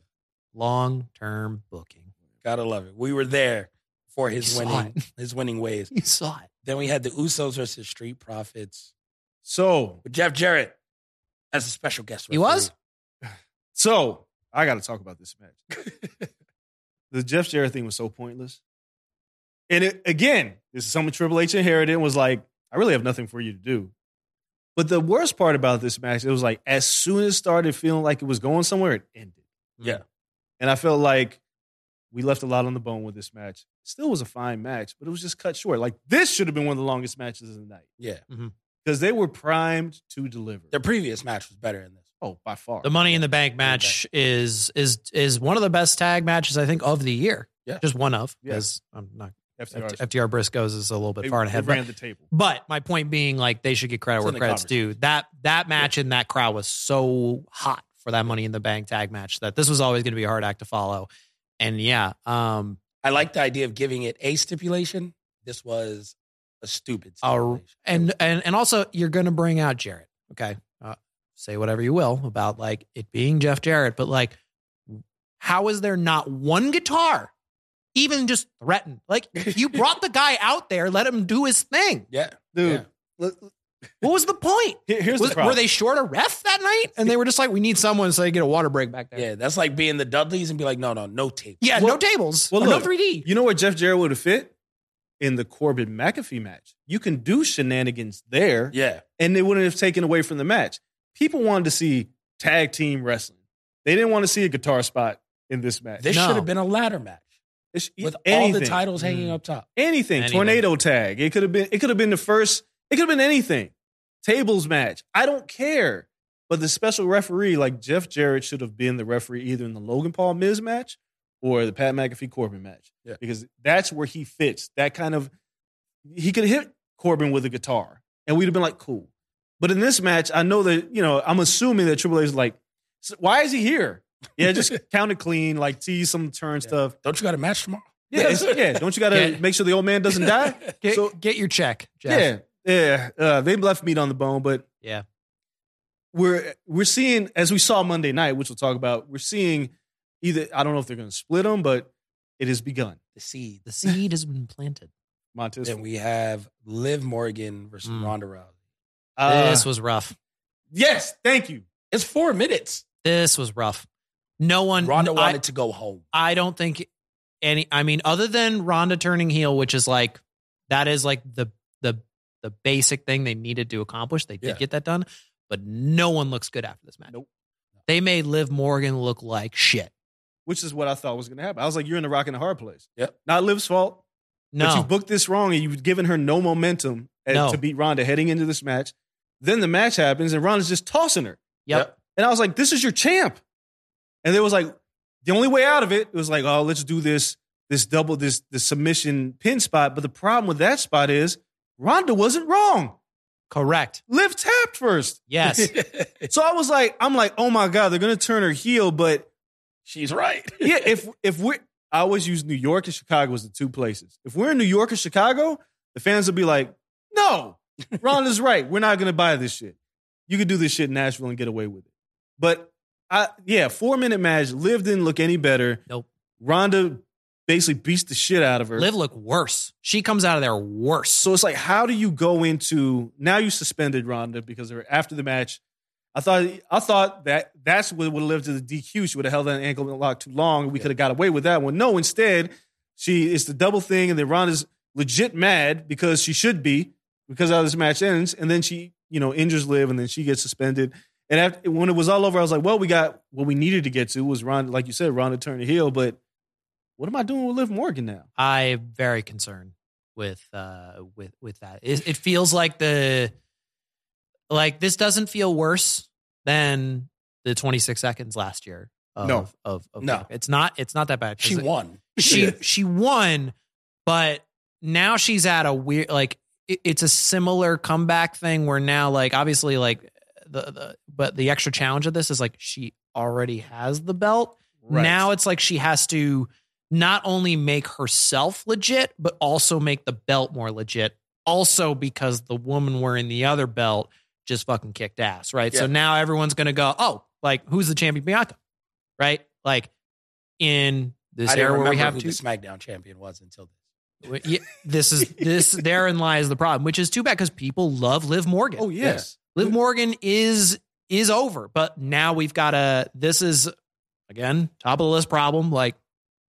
long term booking.
Gotta love it. We were there for his
You saw
winning his winning ways.
You saw it.
Then we had the Usos versus Street Profits
So,
with Jeff Jarrett as a special guest.
He was?
so I got to talk about this match. the Jeff Jarrett thing was so pointless, and it, again, this is something Triple H inherited. and Was like, I really have nothing for you to do. But the worst part about this match, it was like as soon as it started feeling like it was going somewhere, it ended.
Yeah.
and I felt like we left a lot on the bone with this match. Still was a fine match, but it was just cut short. Like this should have been one of the longest matches of the night
Yeah.
Mm-hmm.
because they were primed to deliver.
Their previous match was better in this.
oh, by far.
The Money in the Bank match is is is one of the best tag matches I think of the year.
Yeah.
Just one of.
Yeah.
Because I'm not
FTR.
FTR, Briscoes is a little bit
They-
far
they
ahead. But,
ran the table.
but my point being, like they should get credit
It's
where
in the
credits due. That that match and that crowd was so hot for that Money in the Bank tag match that this was always going to be a hard act to follow. And yeah, um,
I like the idea of giving it a stipulation. This was a stupid
Our-
stipulation.
and and and also you're going to bring out Jarrett. Okay, uh, say whatever you will about like it being Jeff Jarrett, but like, how is there not one guitar, even just threatened? Like you brought the guy out there, let him do his thing.
yeah.
Dude,
Yeah.
look,
What was the point?
Here- Here's
Was-
the
were
problem.
they short a ref that night? And they were just like, we need someone so they get a water break back there.
Yeah, that's like being the Dudleys and be like, no, no, no tape.
Yeah,
Well-
no tables. Oh,
well,
no
look,
3D.
you know where Jeff Jarrett would have fit in the Corbin McAfee match. You can do shenanigans there,
Yeah.
and they wouldn't have taken away from the match. People wanted to see tag team wrestling. They didn't want to see a guitar spot in this match.
This
No.
should have been a ladder match
It's-
with all the
anything.
titles hanging
Mm.
up top.
anything,
Anything.
tornado tag. It could have been. It could have been the first. It could have been anything. Tables match. I don't care. But the special referee, like Jeff Jarrett, should have been the referee either in the Logan Paul Miz match or the Pat McAfee Corbin match
Yeah.
because that's where he fits. That kind of he could hit Corbin with a guitar, and we'd have been like, cool. But in this match, I know that you know. I'm assuming that Triple H is like, "S- why is he here? Yeah, just count it clean, like tease some turn
Yeah.
stuff.
Don't you got a match tomorrow?
Yeah, it's- yeah. Don't you got to
Yeah.
make sure the old man doesn't die?
Get,
so-
get your check, Jeff.
Yeah, yeah. Uh, they left meat on the bone, but
Yeah.
we're we're seeing as we saw Monday night, which we'll talk about. We're seeing either I don't know if they're going to split them, but it has begun.
The seed.
The seed has been planted.
Montez,
Then we have Liv Morgan versus
Mm.
Ronda Rousey.
Uh,
this was rough.
yes, thank you.
It's four minutes.
This was rough. No one.
Ronda
I-
wanted to go home.
I don't think any. I mean, other than Ronda turning heel, which is like that is like the the the basic thing they needed to accomplish. They did
Yeah.
get that done, but no one looks good after this match. Nope. They made Liv Morgan look like shit.
Which is what I thought was going to happen. I was like, you're in a rock and a hard place.
Yep.
Not Liv's fault. But you
No,
booked this wrong, and you've given her no momentum at-
No.
to beat Ronda heading into this match. Then the match happens, and Ronda's just tossing her.
yep.
And I was like, this is your champ. And it was like, the only way out of it was like, oh, let's do this, this double, this, this submission pin spot. But the problem with that spot is Ronda wasn't wrong.
correct.
Liv tapped first.
Yes,
So I was like, I'm like, oh my God, they're gonna turn her heel. But
She's right.
yeah, if if we're I always use New York and Chicago as the two places. If we're in New York or Chicago, the fans will be like, no, Ronda's right. We're not gonna buy this shit. You could do this shit in Nashville and get away with it. But I yeah, four minute match. Liv didn't look any better.
Nope.
Ronda basically beats the shit out of her.
Liv looked worse. She comes out of there worse.
So it's like, how do you go into now? You suspended Ronda because of her after the match. I thought I thought that that's what would have lived to the DQ. She would have held that ankle lock too long, and we could have got away with that one. No, instead, she it's the double thing, and then Ronda's legit mad because she should be because how this match ends, and then she you know injures Liv, and then she gets suspended. And after, when it was all over, I was like, well, we got what we needed to get to was Ronda, like you said, Ronda turned a heel, but. What am I doing with Liv Morgan now?
I'm very concerned with uh with with that. It, it feels like the like this doesn't feel worse than the 26 seconds last year. Of,
No.
of, of
No.
Bianca. it's not it's not that bad. 'cause
She
it-
won.
She she won, but now she's at a weird like it, it's a similar comeback thing where now like obviously like the, the but the extra challenge of this is like she already has the belt now it's like she has to not only make herself legit, but also make the belt more legit. Also, because the woman wearing the other belt just fucking kicked ass, right? So
Yeah.
now everyone's gonna go, oh, like who's the champion Bianca, right? Like in this
I didn't
era where
remember
we have
who
two,
the SmackDown champion was until this.
w- yeah, this is this therein lies the problem, which is too bad because people love Liv Morgan.
Oh yes,
Liv Morgan is is over, but now we've got a this is again top of the list problem. Like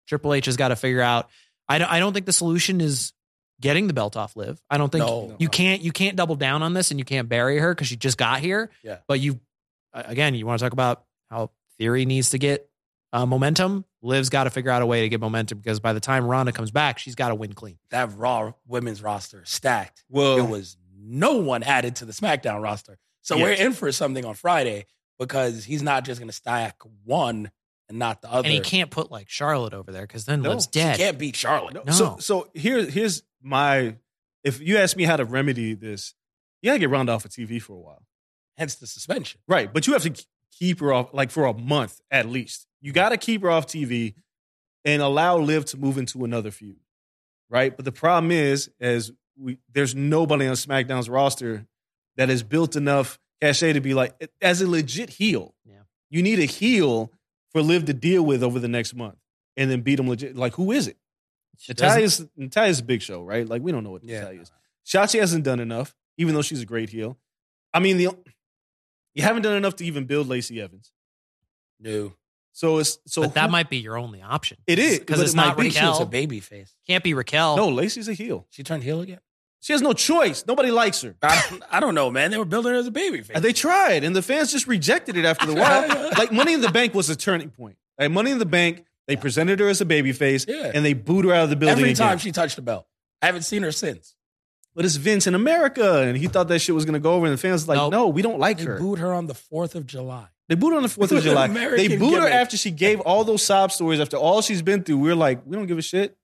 Triple H has got to figure out. I don't, I don't think the solution is getting the belt off Liv. I don't think
No.
you
No.
can't you can't double down on this and you can't bury her because she just got here.
Yeah.
but you again you want to talk about how Theory needs to get uh, momentum. Liv's got to figure out a way to get momentum because by the time Ronda comes back, she's got to win clean.
That Raw women's roster is stacked.
Well,
Oh.
There was no one added to the SmackDown roster. So
Yes.
we're in for something on Friday because he's not just going to stack one and not the other.
And he can't put like Charlotte over there because then
No.
Liv's
She
dead.
He can't beat Charlotte.
No.
So so here here's my if you ask me how to remedy this, you gotta get Ronda off of TV for a while.
Hence the suspension.
Right. But you have to k- keep her off like for a month at least. You gotta keep her off TV and allow Liv to move into another feud. Right? But the problem is, as we there's nobody on SmackDown's roster that has built enough cachet to be like as a legit heel.
Yeah.
You need a heel for Liv to deal with over the next month and then beat him legit. Like who is it?
She doesn't-
Natalia's Natalia's a big show, right? Like we don't know what
Yeah.
Natalia is. Shotzi hasn't done enough. even though she's a great heel. I mean, the you haven't done enough to even build Lacey Evans.
No,
So it's so
but that
who-
might be your only option.
It is,
because
but
it's
it
not
might be.
she was a
Raquel.
baby face.
Can't be Raquel.
no Lacey's a heel.
She turned heel again.
She has no choice. Nobody likes her.
I, I don't know, man. They were building her as a baby face.
And They tried, and the fans just rejected it after the while. like Money in the Bank was a turning point. Like Money in the Bank, they presented her as a babyface,
Yeah.
and they booed her out of the building
Every
again.
time she touched the belt, I haven't seen her since.
but it's Vince in America, and he thought that shit was gonna go over. And the fans like,
Nope.
no, we don't like
They
her.
booed her on the Fourth of July.
They booed her on the Fourth
It
of
was an
July.
American
they booed her
gimmick.
after she gave all those sob stories after all she's been through. We are like, we don't give a shit.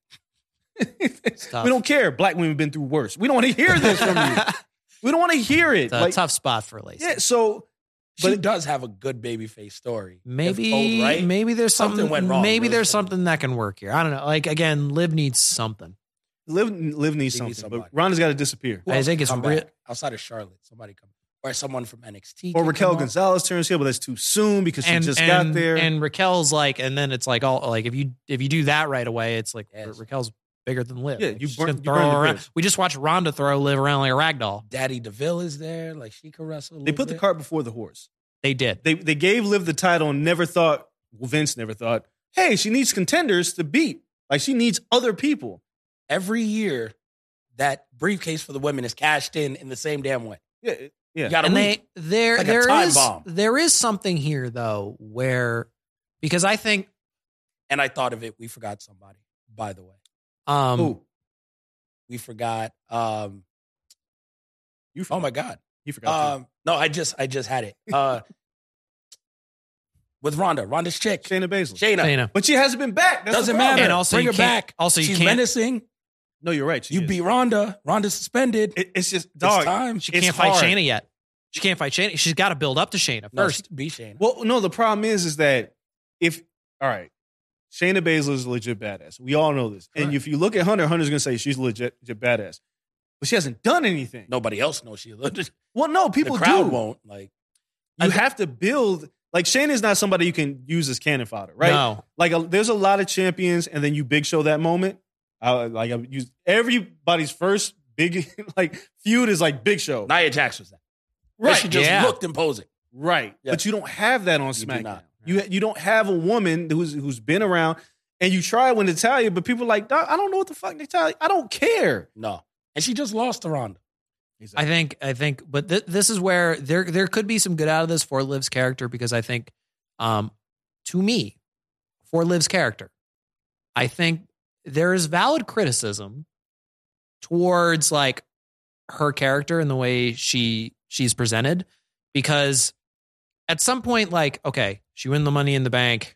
tough.
We don't care. Black women been through worse. We don't want to hear this from you. We don't want to hear it.
It's a
Like,
tough spot for Lacey.
yeah. So
She
But
but does have a good baby face story. if
Maybe
told right.
maybe there's something,
Something went wrong,
Maybe
really
there's
something.
something that can work here. I don't know. Like again, Liv needs something.
Liv, Liv needs
They need
something, but
somebody.
Ronda's got to disappear.
Who
I
else
think
can
it's
come
real-
back? outside of Charlotte. Somebody come or someone from NXT
Or
can
Raquel
come on.
Gonzalez turns heel, but that's too soon because she
and
just
and,
got there.
and Raquel's like, and then it's like all like if you if you do that right away, it's like
Yes.
Raquel's bigger than Liv.
Yeah,
Like,
you
she's
burn-
gonna
you
throw
burn
her
the
around.
bridge.
We just watched Ronda throw Liv around like a rag doll.
Daddy Deville is there. Like she can wrestle. a
they
little
put the
bit.
cart before the horse.
They did.
They they gave Liv the title and never thought well, Vince never thought, hey, she needs contenders to beat. Like she needs other people.
every year. That briefcase for the women is cashed in in the same damn way.
Yeah, yeah.
You got a
and
week.
they there
Like a
there
time
is
bomb.
there is something here though where because I think
and I thought of it. We forgot somebody. By the way,
um
Ooh,
we forgot. Um,
you forgot.
oh my god.
you forgot.
Um, no, I just I just had it. Uh, with Rhonda, Rhonda's chick,
too. Shayna Baszler.
Shayna.
you know
but she hasn't been back. That's
Doesn't
the problem.
matter.
And also
Bring
you
her
can't-
back.
also you
she's
can't-
menacing.
No, you're right. She
You
is.
beat Rhonda. Rhonda's suspended.
It- it's just
it's
dog.
time.
she
it's
can't fight
hard.
Shayna yet. She can't fight Shayna. She's got to build up to Shayna
No,
first.
she can beat Shayna.
Well, no, the problem is, is that if all right, Shayna Baszler is a legit badass. We all know this. And
Correct.
if you look at Hunter, Hunter's gonna say she's legit, legit badass, but she hasn't done anything.
Nobody else knows she lived. The
Well, no, people
crowd
do.
won't like.
You have to build. Like Shayna's not somebody you can use as cannon fodder, right?
No.
Like a, there's a lot of champions, and then you big show that moment. I, like I use everybody's first big like feud is like Big Show,
Nia Jax was that. But
right?
She just
yeah.
looked imposing.
Right.
Yeah.
But you don't have that on
do
SmackDown.
not.
You, you don't have a woman who's who's been around and you try with Natalia, but people are like, "Doc, I don't know what the fuck Natalia. I don't care.
No, and she just lost to Rhonda.
I think I think but th- this is where there there could be some good out of this for Liv's character because I think um to me for Liv's character I think there is valid criticism towards like her character and the way she she's presented because at some point like okay she wins the money in the bank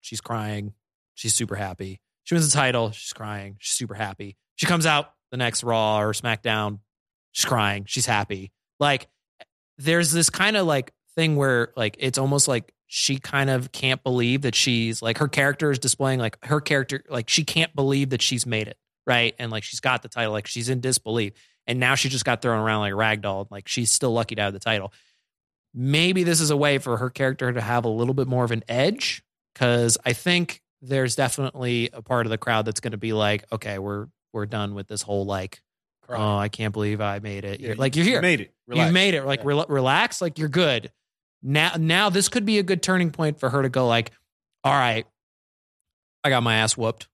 she's crying she's super happy she wins the title she's crying she's super happy she comes out the next raw or smackdown she's crying she's happy like there's this kind of like thing where like it's almost like she kind of can't believe that she's like her character is displaying like her character like she can't believe that she's made it right and like she's got the title like she's in disbelief and now she just got thrown around like a rag doll like she's still lucky to have the title maybe this is a way for her character to have a little bit more of an edge because i think there's definitely a part of the crowd that's going to be like okay we're we're done with this whole like oh, I can't believe I made it. You're- like you're here.
You made it. Relax.
You've made it. Like
Yeah.
rela- relax. Like you're good. Now, now this could be a good turning point for her to go. Like, all right, I got my ass whooped.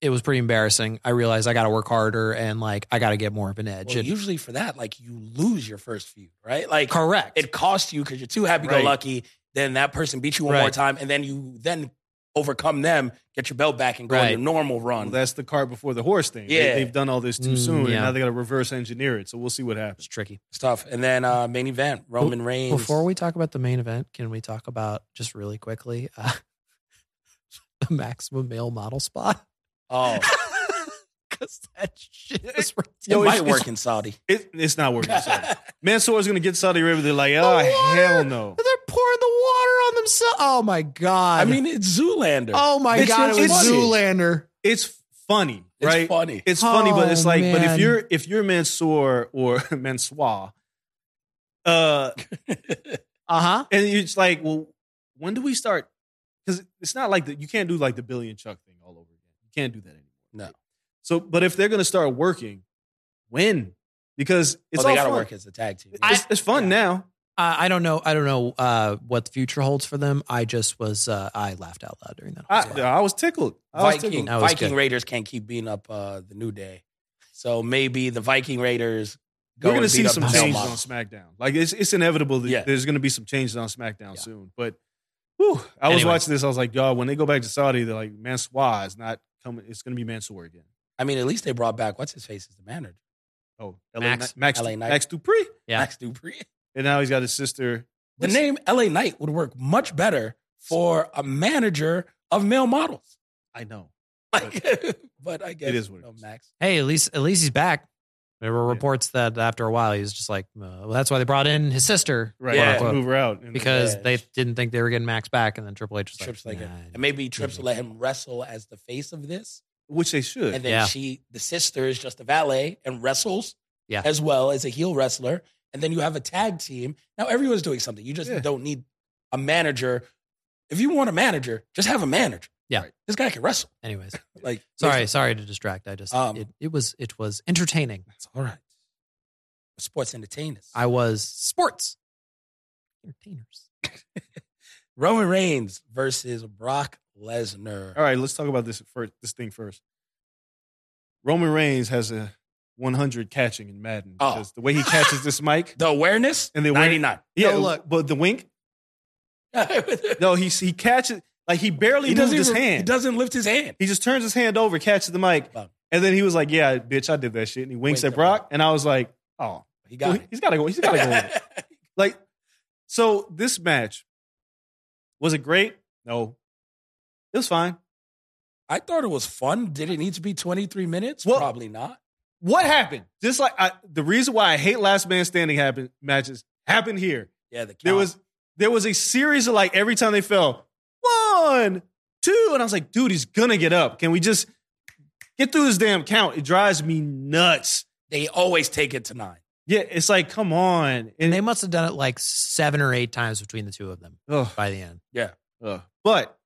It was pretty embarrassing. I realized I got to work harder and like I got to get more of an edge.
Well,
And-
usually for that, like you lose your first feud, right? Like
correct.
it costs you because you're too happy
Right.
go lucky. Then that person beat you one more
Right.
time, and then you then overcome them, get your belt back, and go on
Right.
your normal
Well,
run.
that's the cart before the horse thing.
Yeah.
They, have done all this too
Mm,
soon,
yeah.
and now they got to reverse engineer it. So we'll see what
it's
happens.
tricky.
stuff. And then uh, main event, Roman Reigns.
Before we talk about the main event, can we talk about just really quickly uh, the maximum male model spot?
oh,
Because that shit is
it
Yo,
ridiculous.
might
it's-
work in Saudi.
It, it's not working. Sorry. Mansoor's gonna get Saudi Arabia. They're like, oh hell no.
They're pouring the water on themselves. Oh my god!
I mean, it's Zoolander.
oh my
it's-
god! it was
it's-
Zoolander.
It's funny,
it's
right?
funny.
It's funny, but it's
Oh,
like, but if
man.
you're if you're Mansoor or Mansoor, uh,
Uh huh.
And it's like, well, when do we start? Because it's not like that. You can't do like the Billy and Chuck thing all over again. You can't do that anymore.
No.
So, but if they're going to start working, when? because it's
oh, they
all
gotta
fun.
work as a tag team.
It's, it's fun
yeah.
now.
I, I don't know. I don't know uh, what the future holds for them. I just was. Uh, I laughed out loud during that. whole
I,
spot.
I was tickled. I was
Viking
tickled.
That was
Viking
good.
Raiders can't keep beating up uh, the New Day, so maybe the Viking Raiders go
We're gonna
and
see
beat
some
up the
changes
Belmont.
on SmackDown. Like it's it's inevitable that
Yeah.
there's gonna be some changes on SmackDown
Yeah.
soon. But whew, I was
Anyway.
watching this. I was like, God, when they go back to Saudi, they're like Mansoor is not coming. It's gonna be Mansoor again.
I mean, at least they brought back what's his face as the manager,
Oh, LA,
Max-
Ni- Max,
LA Knight.
Max Dupree,
Yeah.
Max Dupree.
and now he's got his sister.
The name LA Knight would work much better for a manager of male models.
I know.
Like, but I guess
is what it
you know,
is.
Max.
hey, at least at least he's back. There were reports that after a while he was just like, uh, well, that's why they brought in his sister,
Right,
Yeah.
yeah. to move her out and-
because
Yeah.
they didn't think they were getting Max back, and then Triple H was
Trips like
like,
it.
"Nah,
And maybe Trips will let him wrestle as the face of this.
which they should.
And then
Yeah.
she, the sister, is just a valet and wrestles
Yeah.
as well as a heel wrestler. And then you have a tag team. Now everyone's doing something. You just
Yeah.
don't need a manager. If you want a manager, just have a manager.
Yeah.
Right. This guy can wrestle.
Anyways,
Like,
sorry, sorry to distract. I just
Um,
it, it was it was entertaining.
It's all right. Sports entertainers.
I was sports entertainers.
Roman Reigns versus Brock Lesnar.
All right, let's talk about this first. This thing first. Roman Reigns has a 100 catching in Madden
Oh.
because the way he catches this mic.
The awareness
And the awareness-
99.
Yeah,
look.
but the wink. No, he he catches like he barely
he
moves
doesn't
his
even-
hand.
He doesn't lift his hand.
He just turns his hand over, catches the mic,
Wow.
and then he was like, "Yeah, bitch, I did that shit." And he winks
Winked at
at Brock,
Brock.
and I was like, "Oh,
He got it.
he's got to go. He's got to go." with it. Like, so this match was it great? No, it was fine.
I thought it was fun. Did it need to be 23 minutes?
Well-
Probably not.
What happened? Just like I, the reason why I hate last man standing happen, matches happened here.
Yeah, the count.
There was there was a series of like every time they fell, one, two, and I was like, dude, he's gonna get up. Can we just get through this damn count? It drives me nuts.
they always take it to nine.
Yeah, it's like, come on.
And
And
they must have done it like seven or eight times between the two of them
ugh,
by the end.
ugh. but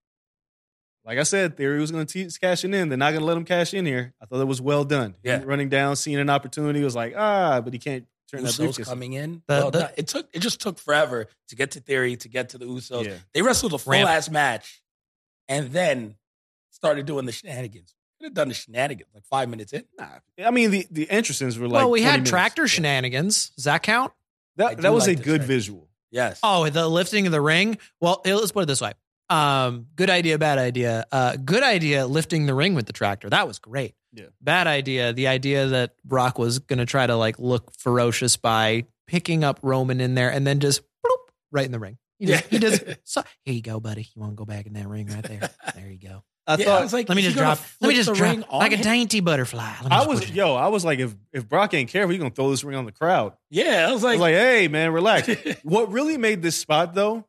like I said, Theory was gonna te- cashing in. They're not gonna let him cash in here. I thought that was well done. He
Yeah.
running down, seeing an opportunity, was like, ah, but he can't turn that
Usos
briefcase.
coming in.
The-
Well
the-
done. it took. It just took forever to get to Theory to get to the Usos.
Yeah.
They wrestled a full
Ramp.
ass match, and then started doing the shenanigans. Could have done the shenanigans like five minutes in.
Nah. I mean, the, the entrances were like.
well, we
20
had
minutes.
tractor shenanigans. Does that count?
I
That,
do
that was
like
a
this
good
track.
visual.
Yes.
Oh, the lifting of the ring. Well, eh, let's put it this way. Um, good idea, bad idea. Uh, good idea lifting the ring with the tractor. That was great.
Yeah.
Bad idea. The idea that Brock was gonna try to like look ferocious by picking up Roman in there and then just bloop, right in the ring. He just,
Yeah.
he just so, here you go, buddy. You want to go back in that ring right there? There you go.
I
Yeah, I
thought
was like,
Let me
is he
just
gonna
drop. Let me
flip
just
the
drop
ring on
like a
him?
dainty butterfly. Let me
I
just
was
push it.
yo, I was like, if if Brock ain't careful, he's gonna throw this ring on the crowd.
Yeah, I was
I
like,
was like, hey man, relax. what really made this spot though,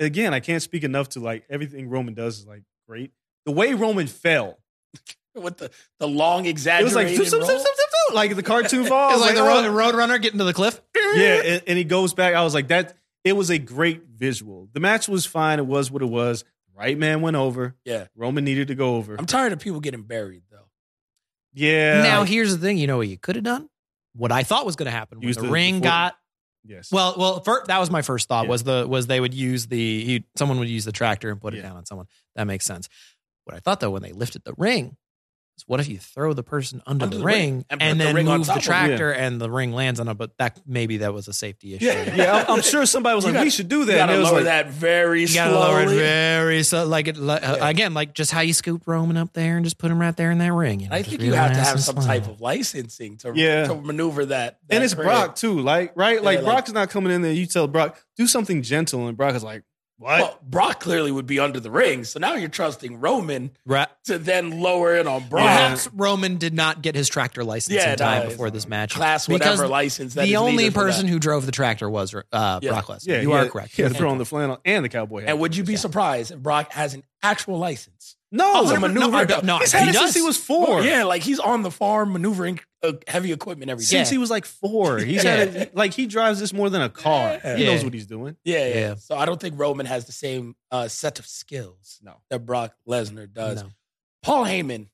again, I can't speak enough to like everything Roman does is like great. The way Roman fell,
with the, the long
it was
exaggerated
like zoop, zoop,
roll.
zoop, zoop, zoop, zoop, like the cartoon fall.
It's like,
I
the
was
road, road runner getting to the cliff.
oh. yeah, and, and he goes back. I was like, that. It was a great visual. The match was fine. It was what it was. Right man went over.
Yeah.
Roman needed to go over.
I'm tired of people getting buried though.
yeah.
Now here's the thing. You know what you could have done? What I thought was going to happen was
Use
the,
the-
ring
the four-
got
yes.
well. Well, fir- that was my first thought
Yeah.
was the was they would use the he, someone would use the tractor and put it
Yeah.
down on someone. That makes sense. What I thought though when they lifted the ring is what if you throw the person under, the, ring, and,
put the
then
ring on
move the
top of it?
tractor and the ring lands on it? But that maybe that was a safety issue.
Yeah.
yeah, I'm- I'm sure somebody was
You
like,
got-
we should do
You
that. And
gotta
it was
lower
like,
that very
You
slowly.
gotta lower it very so like it like, uh, again like just how you scoop Roman up there and just put him right there in that ring. You
And
know,
I
just
think
real
you have to
nice
have
and
some
slow.
type of licensing to,
Yeah.
to maneuver that. that
and it's
crane.
Brock too, like right? like
like-
Brock's not coming in there. You tell Brock do something gentle, and Brock is like, "What?"
Well, Brock clearly would be under the ring, so now you're trusting Roman
right.
to then lower it on Brock.
Perhaps Roman did not get his tractor license
Yeah,
in time
no,
before this match.
Class
Because
whatever license. That
the
is
only
needed for
person
that.
who drove the tractor was uh,
Yeah.
Brock Lesnar.
yeah,
you
he
are
had-
correct.
He had to throw on the flannel and the cowboy hat.
And would you be surprised if Brock has an actual license?
no,
Oh, to maneuver.
no, no,
he's had
he
it
does.
since he was four.
Yeah, like he's on the farm maneuvering uh, heavy equipment every day.
since he was like four, he's
Yeah.
had it. Like he drives this more than a car. He
Yeah.
knows what he's doing.
Yeah, yeah.
Yeah.
So I don't think Roman has the same uh, set of skills
No.
that Brock Lesnar does.
No.
Paul Heyman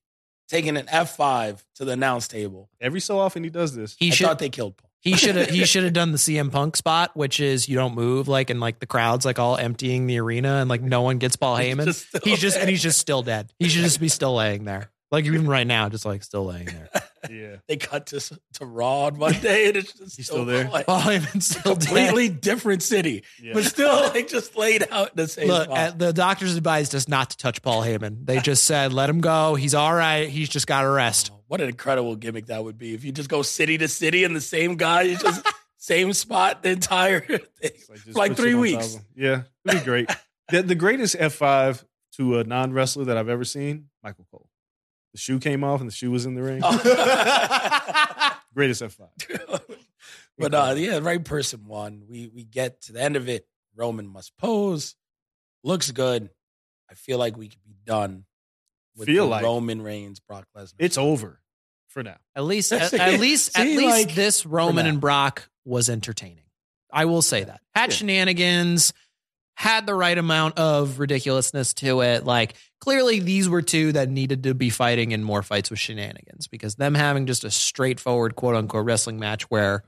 taking an F5 to the announce table.
Every so often he does this.
He
I
should.
thought they killed Paul.
He should have he should have done the CM Punk spot, which is you don't move like and like the crowd's like all emptying the arena and like no one gets Paul Heyman.
Just still
he's just
there.
and he's just still dead. He should just be still laying there. Like even right now, just like still laying there.
yeah.
They cut to, to Raw on Monday and it's just
He's still there?
like,
Paul Heyman's still dead.
completely different city,
yeah.
but still like just laid out in the same
Look,
spot.
uh, the doctors advised us not to touch Paul Heyman. They just said, let him go. He's all right. He's just got to rest.
Oh, What an incredible gimmick that would be if you just go city to city and the same guy is just same spot the entire thing.
It's just
For like
put
three
shit on
weeks.
top of 'em. Yeah, it'd be great. the, the greatest F5 to a non wrestler that I've ever seen, Michael Cole. The shoe came off and the shoe was in the ring.
Oh.
Greatest F5.
but uh, yeah, the right person won. We we get to the end of it. Roman must pose. Looks good. I feel like we could be done with
Feel
the
like.
Roman Reigns, Brock Lesnar.
It's over for now.
At least,
That's
at,
it.
at least, at
See,
least
like,
this Roman
now.
and Brock was entertaining. I will say that. Had shenanigans, had the right amount of ridiculousness to it. Like, clearly, these were two that needed to be fighting in more fights with shenanigans because them having just a straightforward quote unquote wrestling match where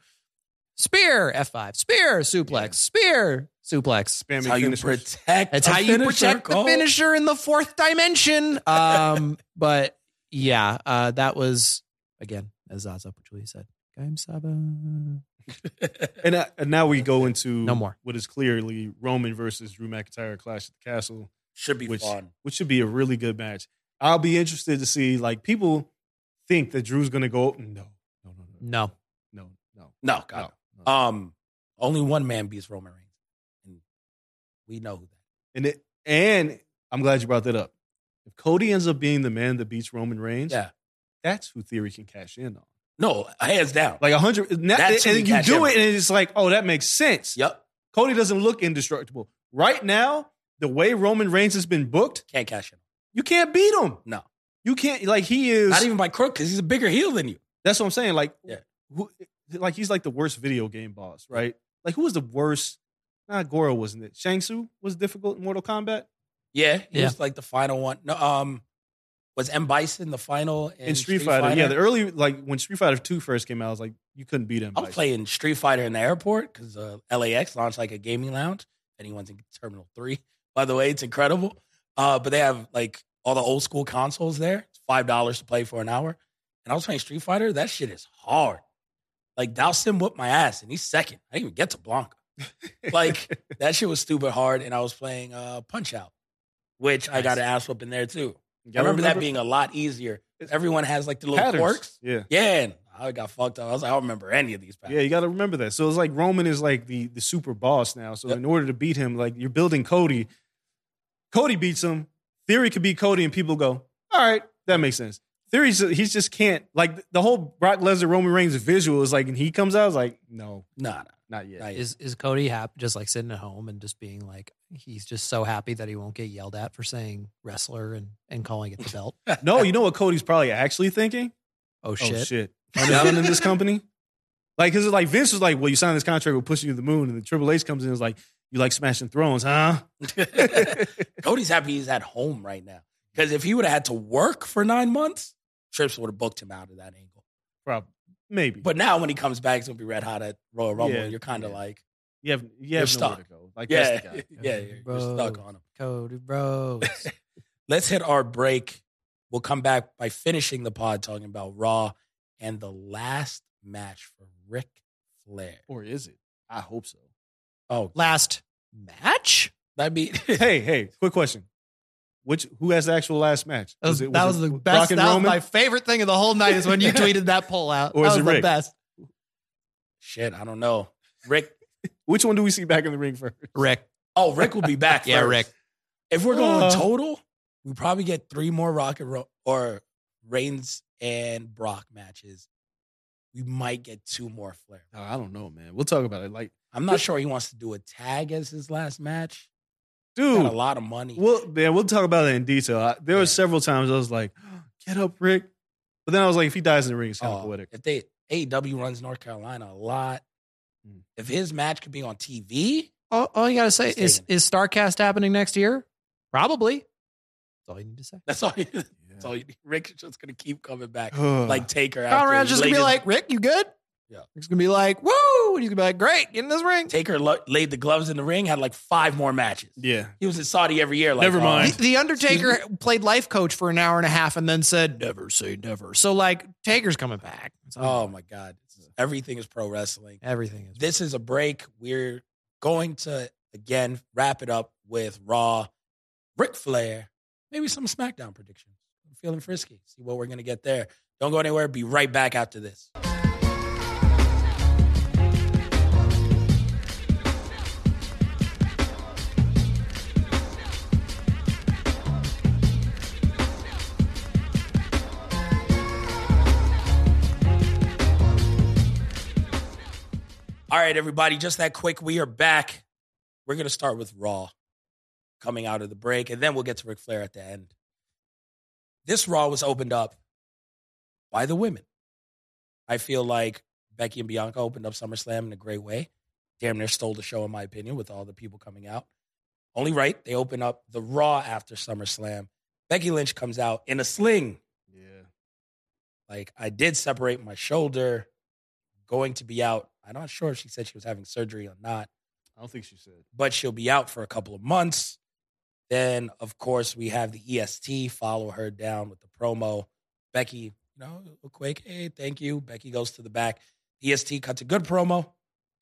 spear, F5, spear, suplex, spear, suplex.
Spamming
That's how you
finishers.
protect.
That's
a
how you
finisher,
protect the
Cole.
finisher Oh. in the fourth dimension. Um, but yeah, uh, that was again as Zaza Pachulia said. Game Saba.
And, uh, and now we go into
No more.
what is clearly Roman versus Drew McIntyre Clash at the Castle.
Should be
Which-
fun.
which should be a really good match. I'll be interested to see. Like people think that Drew's going to go. No, no, no, no,
No,
no, no.
No, God.
no.
Um, only one man beats Roman Reigns, and we know who that.
and it, and I'm glad you brought that up. If Cody ends up being the man that beats Roman Reigns,
Yeah.
that's who Theory can cash in on.
No, hands down.
Like a hundred, and,
That's
that-
who
and
he
you
cash
do
in
it, and it's like, oh, that makes sense.
yep,
Cody doesn't look indestructible right now. The way Roman Reigns has been booked,
can't cash in.
you can't beat him.
No.
you can't. Like he is
Not even by crook because he's a bigger heel than you.
That's what I'm saying. Like,
Yeah.
who, like he's like the worst video game boss, right? Like, who was the worst? Nah, Goro wasn't it? Shang Tsung was difficult in Mortal Kombat
Yeah, he
Yeah.
was like the final one. No, um, was M Bison the final in,
in, Street, Fighter. Yeah, the early like when Street Fighter Two first came out, I was like, you couldn't beat him.
I'm playing Street Fighter in the airport because uh, LAX launched like a gaming lounge. If Anyone's in Terminal Three, by the way, it's incredible. Uh, but they have like all the old school consoles there. It's five dollars to play for an hour, and I was playing Street Fighter. That shit is hard. Like Dowson whooped my ass, and he's second. I didn't even get to Blanca. like, That shit was stupid hard, and I was playing uh, Punch Out, which I
Nice.
got an ass whooping there too. I remember, that being a lot easier. Everyone has like the little
patterns.
quirks.
Yeah,
Yeah, and I got fucked up. I was like, I don't remember any of these patterns.
yeah, you got to remember that. So it's like Roman is like the the super boss now. So
Yep.
in order to beat him, like you're building Cody. Cody beats him. Theory could beat Cody, and people go, "All right, that makes sense." Theory's he just can't like the whole Brock Lesnar Roman Reigns visual is like, and he comes out, I was like, "No,
No, no,
not yet."
not yet.
is is Cody hap- just like sitting at home and just being like he's just so happy that he won't get yelled at for saying wrestler and and calling it the belt.
No, you know what Cody's probably actually thinking?
Oh shit!
Oh shit! I'm in this company. Like, cause it's like Vince was like, "Well, you signed this contract, we're pushing you to the moon," and the Triple H comes in and is like, "You like smashing thrones, huh?"
Cody's happy he's at home right now because if he would have had to work for nine months, Trips would have booked him out of that angle.
Probably, maybe.
But now when he comes back, it's gonna be red hot at Royal Rumble.
Yeah,
and you're kind of
yeah.
like,
you have you have
You're
nowhere
stuck.
to go. Like,
yeah,
that's the guy.
yeah, you're, you're
Bro.
stuck on him.
Cody Rhodes.
Let's hit our break. We'll come back by finishing the pod talking about Raw and the last match for Ric Flair.
Or is it? I hope so.
Oh,
Last match.
that'd be
Hey, hey, quick question. Which who has the actual last match?
That was,
it-
that
it
was the
Brock
best.
and
That was
Roman?
my favorite thing of the whole night is when you tweeted that poll out.
Or is
that was
it
the
Rick?
best.
shit. I don't know. Rick.
Which one do we see back in the ring first?
Rick.
Oh, Rick will be back.
Yeah,
first.
Rick.
If we're going
Uh.
total, we probably get three more Rocket Ro- or Reigns and Brock matches. We might get two more Flair.
Oh, I don't know, man. We'll talk about it. Like,
I'm not sure he wants to do a tag as his last match. Got
dude,
a lot of money.
Well, yeah, we'll talk about that in detail. I, there
Yeah.
were several times I was like, "Get up, Rick," but then I was like, "If he dies in the ring, it's kind
Oh,
of poetic."
If they AEW runs North Carolina a lot,
Hmm.
if his match could be on TV,
All, all you gotta say
Just
is
taking
is Starcast happening next year? Probably. That's all you need to say.
that's all. You, That's all. You, Rick's just gonna keep coming back,
Ugh.
like Taker.
Kyle
after
Rand's
his
just gonna be
latest-
like, Rick, you good?
Yeah.
He's gonna be like, "Woo!" And he's gonna be like, "Great, get in this ring."
Taker lo- laid the gloves in the ring, had like five more matches.
Yeah.
He was in Saudi every year. Like,
Never
uh,
mind.
The, the Undertaker played life coach for an hour and a half and then said, never say never. So, like, Taker's coming back. So,
oh my God. Everything is pro wrestling.
everything is.
This is a break. We're going to again wrap it up with Raw, Ric Flair, maybe some SmackDown predictions. I'm feeling frisky. See what we're gonna get there. Don't go anywhere. Be right back after this. All right, everybody, just that quick. We are back. We're going to start with Raw coming out of the break, and then we'll get to Ric Flair at the end. This Raw was opened up by the women. I feel like Becky and Bianca opened up SummerSlam in a great way. Damn near stole the show, in my opinion, with all the people coming out. Only right, they open up the Raw after SummerSlam. Becky Lynch comes out in a sling.
Yeah.
Like I did separate my shoulder, going to be out. I'm not sure if she said she was having surgery or not,
I don't think she said.
but she'll be out for a couple of months. Then, of course, we have the EST follow her down with the promo. Becky, you know, a quick, hey, thank you. Becky goes to the back. EST cuts a good promo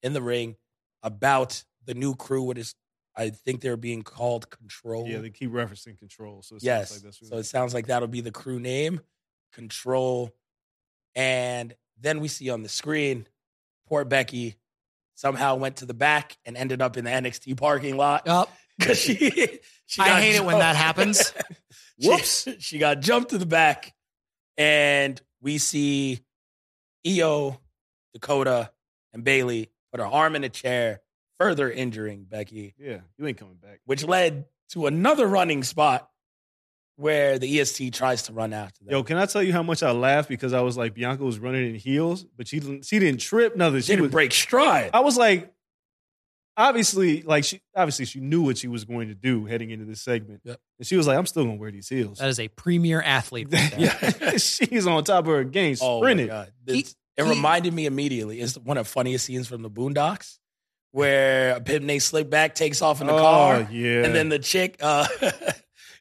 in the ring about the new crew. What is, I think they're being called Control.
Yeah, they keep referencing control. So it sounds
Oh. Yes.
like that's
so it sounds like that'll be the crew name, Control. And then we see on the screen, poor Becky somehow went to the back and ended up in the NXT parking lot.
Oh,
Cause she, she
I
got
hate it when that happens.
She- She, got jumped to the back. And we see EO, Dakota, and Bailey put her arm in a chair, further injuring Becky
yeah, you ain't coming back.
which led to another running spot where the EST tries to run after them.
Yo, can I tell you how much I laughed because I was like Bianca was running in heels, but she didn't she didn't trip nothing.
she
She
didn't
was,
break stride.
I was like, obviously, like she obviously she knew what she was going to do heading into this segment,
Yep.
and she was like, "I'm still gonna wear these heels."
that is a premier athlete. Right there.
yeah, she's on top of her game,
oh my
sprinted.
god!
He-
It's- it
he-
reminded me immediately. It's one of the funniest scenes from the Boondocks where Pimney slick back takes off in the
oh
car,
yeah,
and then the chick uh,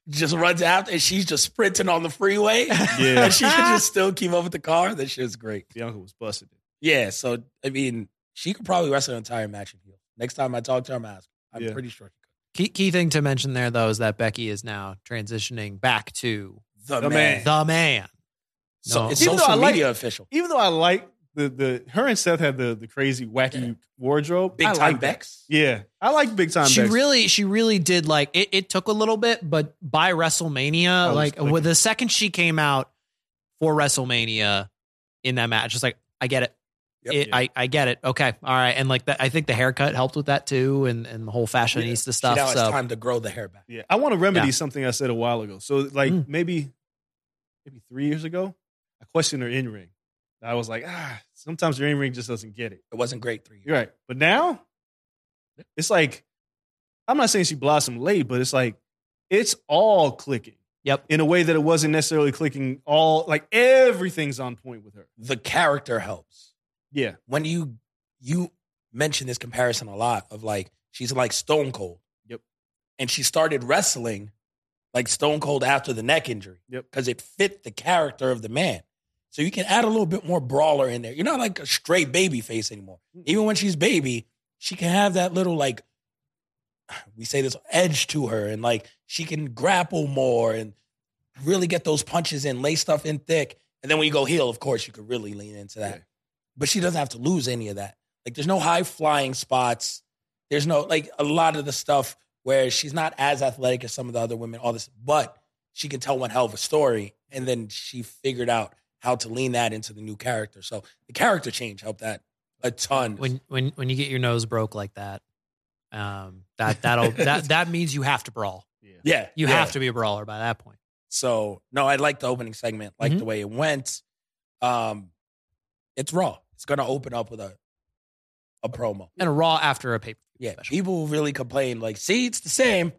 just runs after, and she's just sprinting on the freeway.
Yeah.
and she can just still keep up with the car. That shit's great.
Bianca was busted.
Yeah, so I mean, she could probably wrestle an entire match in heel. Next time I talk to her, I'm asking. I'm
Yeah.
pretty sure she
Key, key thing to mention there, though, is that Becky is now transitioning back to
could.
The man.
the man.
So
No.
it's
Even though
social
I like-
media official.
Even though I like the the her and Seth had the the crazy wacky wardrobe,
Big
I
time
like that.
Bex.
Yeah, I like big time.
she
Bex.
really she really did like it, it took a little bit but by
I
wrestlemania
was
like
clicking.
with the second she came out for wrestlemania in that match it's like i get it,
Yep.
It- I, I get it okay all right and like that i think the haircut helped with that too and, and the whole fashionista
She now
stuff
it's
so
time to grow the hair back.
Yeah, I want to remedy
Yeah.
something I said a while ago. So like
Mm.
maybe maybe three years ago, I questioned her in ring. I was like, ah, sometimes your in ring just doesn't get it.
It wasn't great three years.
You're right, but now it's like I'm not saying she blossomed late, but it's like it's all clicking
yep
in a way that it wasn't necessarily clicking. All like everything's on point with her.
The character helps.
Yeah,
When you you mention this comparison a lot of like she's like Stone Cold.
Yep.
And she started wrestling like Stone Cold after the neck injury.
Yep.
Because it fit the character of the man. So you can add a little bit more brawler in there. You're not like a straight baby face anymore. Even when she's baby, she can have that little like we say this edge to her and like she can grapple more and really get those punches in, lay stuff in thick. And then when you go heel, of course, you could really lean into that.
Yeah.
But she doesn't have to lose any of that. Like there's no high flying spots. There's no like a lot of the stuff where she's not as athletic as some of the other women, all this, but she can tell one hell of a story. And then she figured out how to lean that into the new character. So the character change helped that a ton.
when when when you get your nose broke like that um that that'll that that means you have to brawl
yeah.
you
yeah.
have to be a brawler by that point
So no, I like the opening segment, like
Mm-hmm.
the way it went. Um, it's raw. It's gonna open up with a a promo.
and a raw after a paper
Yeah,
Special.
people really complain like, see, it's the same.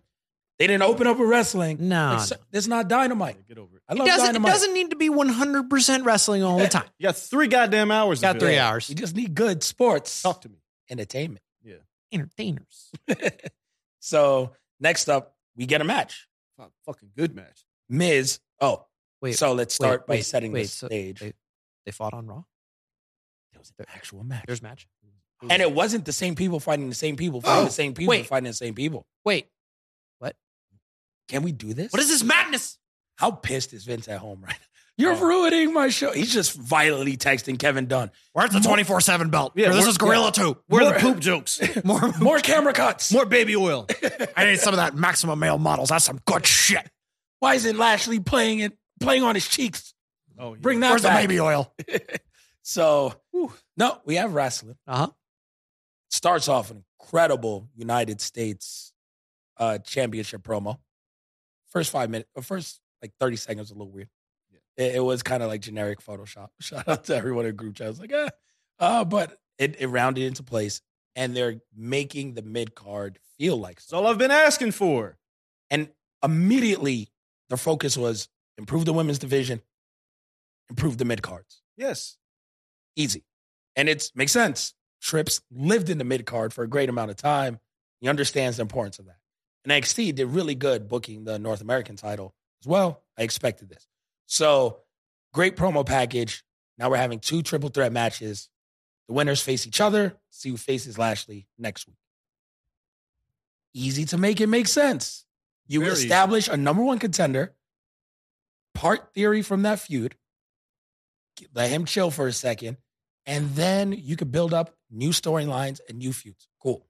They didn't open up with wrestling.
No,
Like, so- it's not dynamite.
Get over it.
I
it
love
doesn't. It
dynamite.
doesn't need to be 100 percent wrestling all the time.
You got three goddamn hours. to
Got
fill.
three hours.
We just need good sports
Oh.
Talk to me.
entertainment.
Entertainers.
So next up, we get a match.
Fuck, fucking good match.
Miz. Oh,
Wait.
so let's start
wait,
by
wait,
setting the
wait, so
stage.
They, they fought on Raw.
it was an actual match,
There's match.
and it wasn't the same people fighting the same people fighting
Oh,
the same people
wait.
fighting the same people.
Wait.
Can we do this?
What is this madness?
How pissed is Vince at home right now? You're
Oh.
ruining my show. He's just violently texting Kevin Dunn.
Where's the 24 seven belt?
Yeah,
this
we're-
is Gorilla Two.
Where are
More-
the poop jokes?
More,
More camera cuts.
More baby oil.
I need some of that maximum male models. That's some good shit.
Why isn't Lashley playing it playing on his cheeks?
Oh, yeah.
Bring that back.
oil?
So no, we have wrestling.
Uh huh.
starts off an incredible United States uh, championship promo. First five minutes, or first like 30 seconds was a little weird. It, it was kind of like generic Photoshop. Shout out to everyone in the group chat. I was like, ah. Uh, but it, it rounded into place, and they're making the mid card feel like
That's all I've been asking for.
and immediately their focus was improve the women's division, improve the mid cards
Yes.
easy. And it makes sense. Trips lived in the mid card for a great amount of time. He understands the importance of that. And NXT did really good booking the North American title as well. I expected this. So great promo package. Now we're having two triple threat matches. The winners face each other. See who faces Lashley next week. Easy to make it make sense. You
Very easy.
establish a number one contender, part theory from that feud, let him chill for a second, and then you could build up new storylines and new feuds. Cool.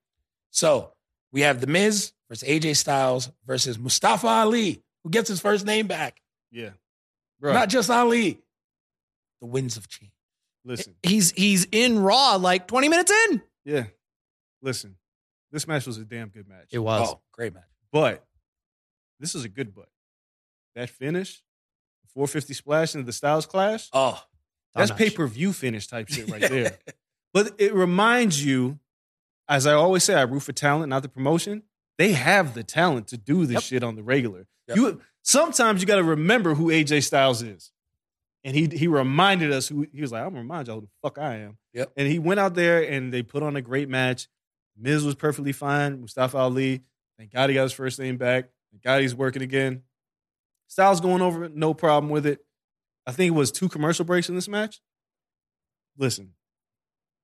So we have The Miz versus AJ Styles versus Mustafa Ali, who gets his first name back,
Yeah. Bro,
not just Ali. The winds of change.
listen.
He's he's in Raw like 20 minutes in.
Yeah. Listen. This match was a damn good match.
It was.
Oh, great match.
But this is a good but. That finish, 450 splash into the Styles Clash,
Oh,
that's
Top notch.
pay per view finish type shit right there. but it reminds you, as I always say, I root for talent, not the promotion. They have the talent to do this
Yep.
shit on the regular.
Yep.
You sometimes you got to remember who AJ Styles is, and he he reminded us who he was like. I'm gonna remind y'all who the fuck I am.
Yep.
And he went out there and they put on a great match. Miz was perfectly fine. Mustafa Ali, thank God he got his first name back. Thank God he's working again. Styles going over, it, no problem with it. I think it was two commercial breaks in this match. Listen,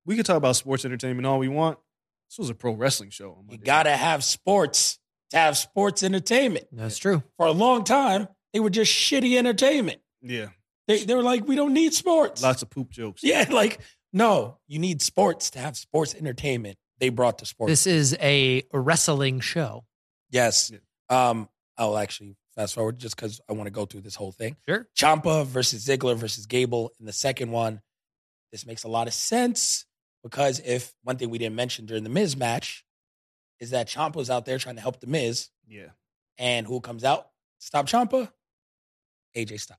we could talk about sports entertainment all we want. This was a pro wrestling show.
you
on Monday.
got to have sports to have sports entertainment.
That's true.
For a long time, they were just shitty entertainment.
yeah,
They, they were like, we don't need sports.
lots of poop jokes.
Yeah, like no, you need sports to have sports entertainment. They brought the sports.
This is a wrestling show.
yes. Um, I'll actually fast forward just because I want to go through this whole thing.
Sure.
Champa versus Ziggler versus Gable in the second one. This makes a lot of sense because if one thing we didn't mention during the Miz match is that Champa's out there trying to help the Miz,
yeah,
and who comes out? Stop Champa, AJ Styles.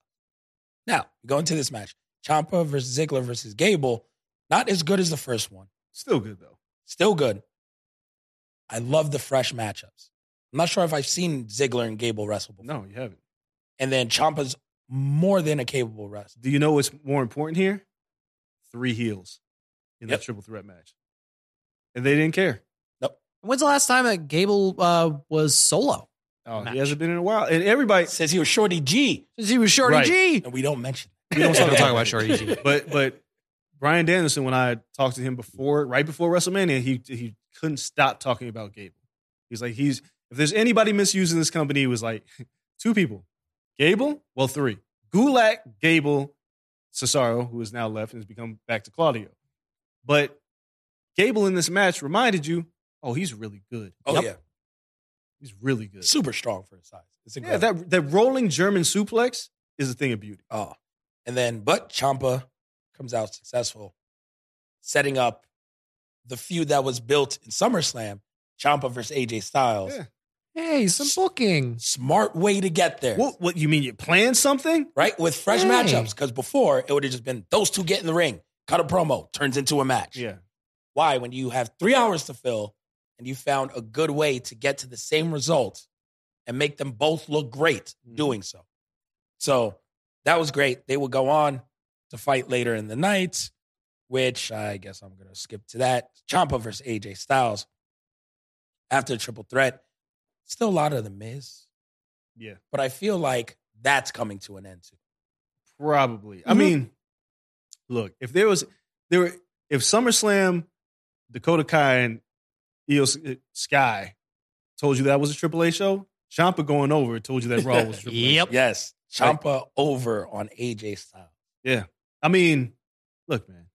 Now we go into this match. Champa versus Ziggler versus Gable. Not as good as the first one.
still good though.
Still good. I love the fresh matchups. I'm not sure if I've seen Ziggler and Gable wrestle before.
No, you haven't.
And then Champa's more than a capable wrestler.
Do you know what's more important here? Three heels in
Yep.
that triple threat match, and they didn't care.
When's the last time that Gable uh, was solo?
Oh,
Match.
he hasn't been in a while, and everybody.
Says he was Shorty G,
Since he was Shorty
Right.
G.
and we don't mention.
We don't
Yeah,
talk
don't talk
about
about Shorty G.
but but Brian Danielson, when I talked to him before, right before WrestleMania, he he couldn't stop talking about Gable. He's like, he's if there's anybody misusing this company, it was like two people, Gable, well three, Gulak, Gable, Cesaro, who is now left and has become back to Claudio. But Gable in this match reminded you, oh, he's really good.
Oh
Yep.
yeah,
he's really good.
super strong for his size. It's
Yeah,
incredible.
that that rolling German suplex is a thing of beauty.
oh, and then but Champa comes out successful, setting up the feud that was built in SummerSlam. Champa versus AJ Styles.
Yeah.
Hey, some booking.
Smart way to get there.
What what you mean? You plan something?
right? With fresh
Hey.
matchups. Because before it would have just been those two get in the ring, cut a promo, turns into a match.
Yeah.
Why? When you have three hours to fill and you found a good way to get to the same result and make them both look great
Mhm.
doing so. So that was great. They would go on to fight later in the night, which I guess I'm going to skip to that. Champa versus AJ Styles after the triple threat. Still a lot of the Miz,
Yeah,
but I feel like that's coming to an end too.
probably. I
Mhm.
Mm-hmm.
mean, look, if there was there were if SummerSlam, Dakota Kai and Io S- uh, Sky told you that was a Triple A show, Champa going over told you that Raw was a Triple A. show.
Yep.
Yes, Champa over on AJ Styles.
I mean, look, man,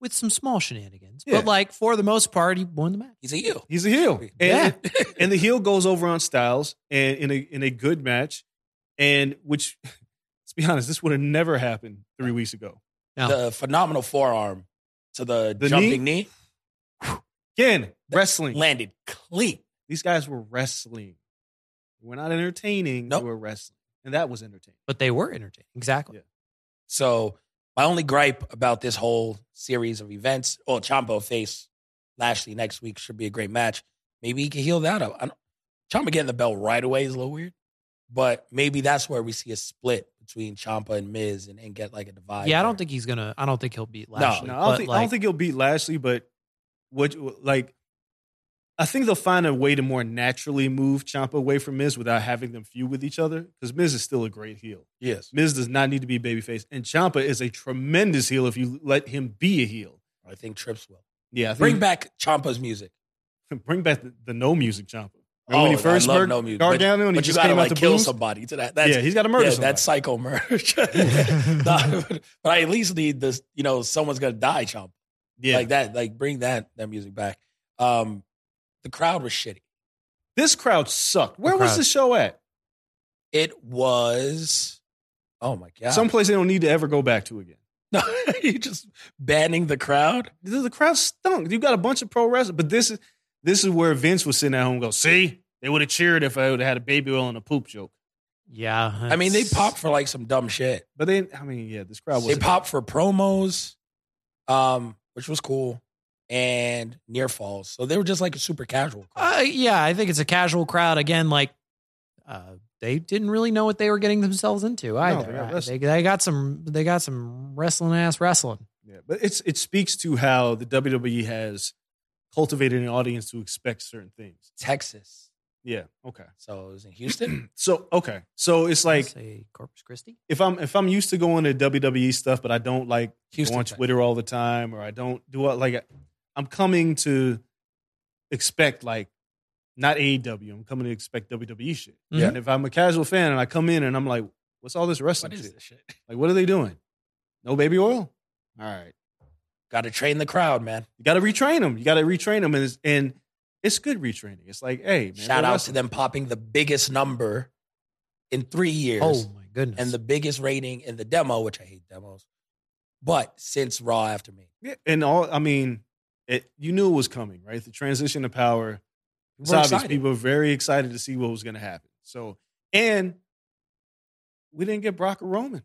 With some small shenanigans.
Yeah.
But like for the most part, he won the match.
He's a you.
he's a heel, and,
Yeah.
and the heel goes over on Styles and in a in a good match, and which, let's be honest, this would have never happened three weeks ago.
the phenomenal forearm to the,
The
jumping knee?
Again, wrestling.
landed clean.
These guys were wrestling. We're not entertaining.
Nope.
They were wrestling, and that was entertaining.
But they were entertained. Exactly.
Yeah.
So my only gripe about this whole series of events, well, Champa face Lashley next week should be a great match. Maybe he can heal that up. I don't, Champa getting the belt right away is a little weird, but maybe that's where we see a split between Champa and Miz and, and get like a divide.
yeah, I don't
there.
think he's gonna. I don't think he'll beat Lashley.
No, I don't,
but,
think, I
like,
don't think he'll beat Lashley, but what like I think they'll find a way to more naturally move Champa away from Miz without having them feud with each other because Miz is still a great heel.
Yes,
Miz does not need to be babyface, and Champa is a tremendous heel if you let him be a heel.
I think Trips will
Yeah, I think,
bring back Champa's music.
bring back the, the no music Champa.
Oh,
when he
I
first
love
murdered
no music, but-
Gargano and he
but you
just
gotta
came out
like
the
kill
booth?
somebody to that. That's
yeah, he's got to murder
yeah,
somebody.
that's psycho merge. Nah, but but I at least need this. You know, someone's gonna die, Champa.
yeah.
Like that, like bring that that music back. Um the crowd was shitty.
this crowd sucked. Where was
crowd-
the show at?
It was oh my god.
Someplace they don't need to ever go back to again.
no, you just banning the crowd?
the, the crowd stunk. You got a bunch of pro wrestlers, but this is this is where Vince was sitting at home. And go, see, they would have cheered if I would have had a baby oil and a poop joke.
Yeah,
I mean, they
it's-
popped for like some dumb shit.
But they, I mean, yeah, this crowd
They
was.
popped for promos, um, which was cool, and near falls. So they were just like a super casual crowd.
Uh, yeah, I think it's a casual crowd again. Like uh, they didn't really know what they were getting themselves into either.
they got
Uh, they,
wrestled.
they got some. They got some wrestling ass wrestling.
Yeah, but it's it speaks to how the WWE has cultivated an audience to expect certain things.
Texas.
Yeah. Okay.
So it was in Houston.
So okay. So it's like
say Corpus Christi.
if I'm if I'm used to going to WWE stuff, but I don't like
Houston.
go on
Texas.
Twitter all the time, or I don't do all- like I'm coming to expect like not AEW. I'm coming to expect WWE shit.
Mm-hmm.
Yeah.
And if I'm a casual fan and I come in and I'm like, what's all this wrestling
What is
shit?
this shit?
Like, what are they doing? No baby oil? All right,
Gotta train the crowd, man.
you got to retrain them. You got to retrain them, and it's, and it's good retraining. It's like, hey, man,
Shout
they're
out to
wrestling.
them popping the biggest number in three years.
Oh my goodness!
and the biggest rating in the demo, which I hate demos, but since Raw after me.
Yeah, and all. I mean, it, you knew it was coming, right? The transition to power. It's
We're
obvious
excited.
people were very excited to see what was going to happen. So, and we didn't get Brock or Roman.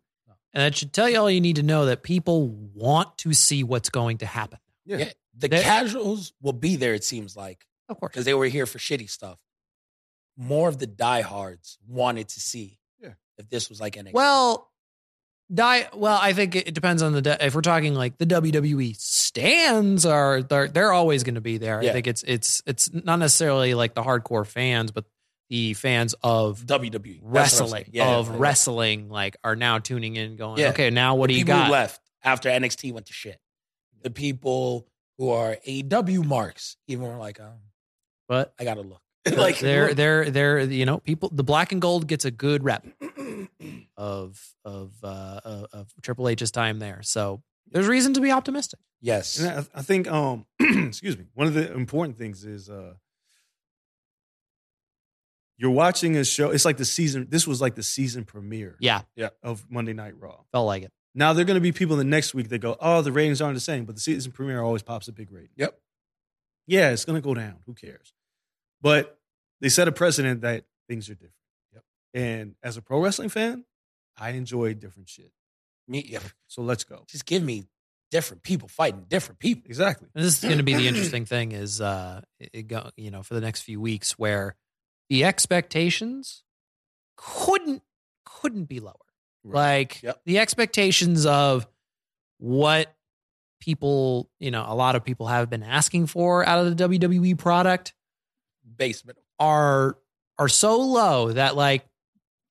And that should tell you all you need to know that people want to see what's going to happen.
Yeah.
Yeah, the
They-
casuals will be there, it seems like,
Of course.
because they were here for shitty stuff. More of the diehards wanted to see
Yeah.
if this was like NXT.
Well, die. Well, I think it it depends on the. De- if we're talking like the WWE stands are, they're, they're always going to be there.
Yeah.
I think it's it's it's not necessarily like the hardcore fans, but the fans of
WWE E, That's what I'm
wrestling
saying. Yeah,
of
yeah.
wrestling like are now tuning in, going,
Yeah.
okay, now what do
The
you
people
got?
who left after NXT went to shit. The people who are AW marks even were like, um,
But
I gotta look. like
they're they're they're you know people. The black and gold gets a good rep of of uh, of, of Triple H's time there. So there's reason to be optimistic.
yes,
And I, I think, um, excuse me, one of the important things is uh, you're watching a show. It's like the season. This was like the season premiere
Yeah,
of Monday Night Raw.
felt like it.
Now there are going to be people the next week that go, "Oh, the ratings aren't the same," but the season premiere always pops a big rating.
Yep.
Yeah, it's going to go down. Who cares? But they set a precedent that things are different. Yep. And as a pro wrestling fan, I enjoy different shit.
me, yeah.
So let's go.
just give me different people fighting different people.
Exactly.
And this is going to be the interesting thing is, uh, it, it go, you know, for the next few weeks where the expectations couldn't couldn't be lower. Like
Yep.
the expectations of what people, you know, a lot of people have been asking for out of the WWE product
Basement.
are are so low that like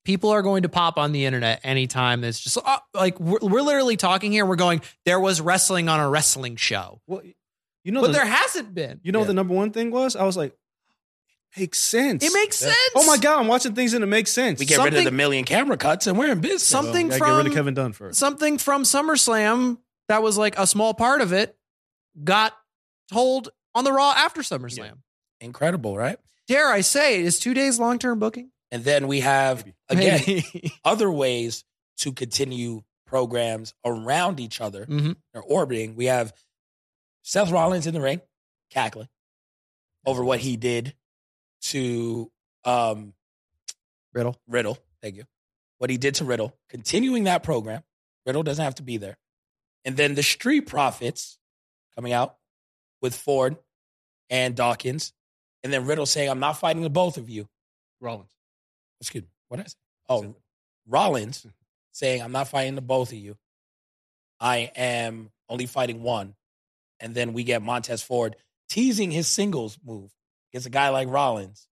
people are going to pop on the internet anytime it's just oh, like we're, we're literally talking here we're going there was wrestling on a wrestling show
Well, you know,
but
the,
there hasn't been
you know what
Yeah.
the number one thing was? I was like, it makes sense.
it makes
Yeah.
sense
Oh my god, I'm watching things and it makes sense.
We get rid of the
Something-
million camera cuts and we're in business.
Well,
something
gotta get rid
from-
of Kevin Dunn first.
something from SummerSlam that was like a small part of it got told on the Raw after SummerSlam.
Incredible, right?
Dare I say, is two days long term booking?
And then we have again
Maybe.
other ways to continue programs around each other
Mhm.
or orbiting. We have Seth Rollins in the ring, cackling over what he did to um,
Riddle.
Riddle. Thank you. What he did to Riddle, continuing that program. Riddle doesn't have to be there. And then the Street Profits coming out with Ford and Dawkins. And then Riddle saying, I'm not fighting the both of you.
Rollins.
Excuse me. What is it? Hmm. Oh, Rollins saying, I'm not fighting the both of you. I am only fighting one. And then we get Montez Ford teasing his singles move against a guy like Rollins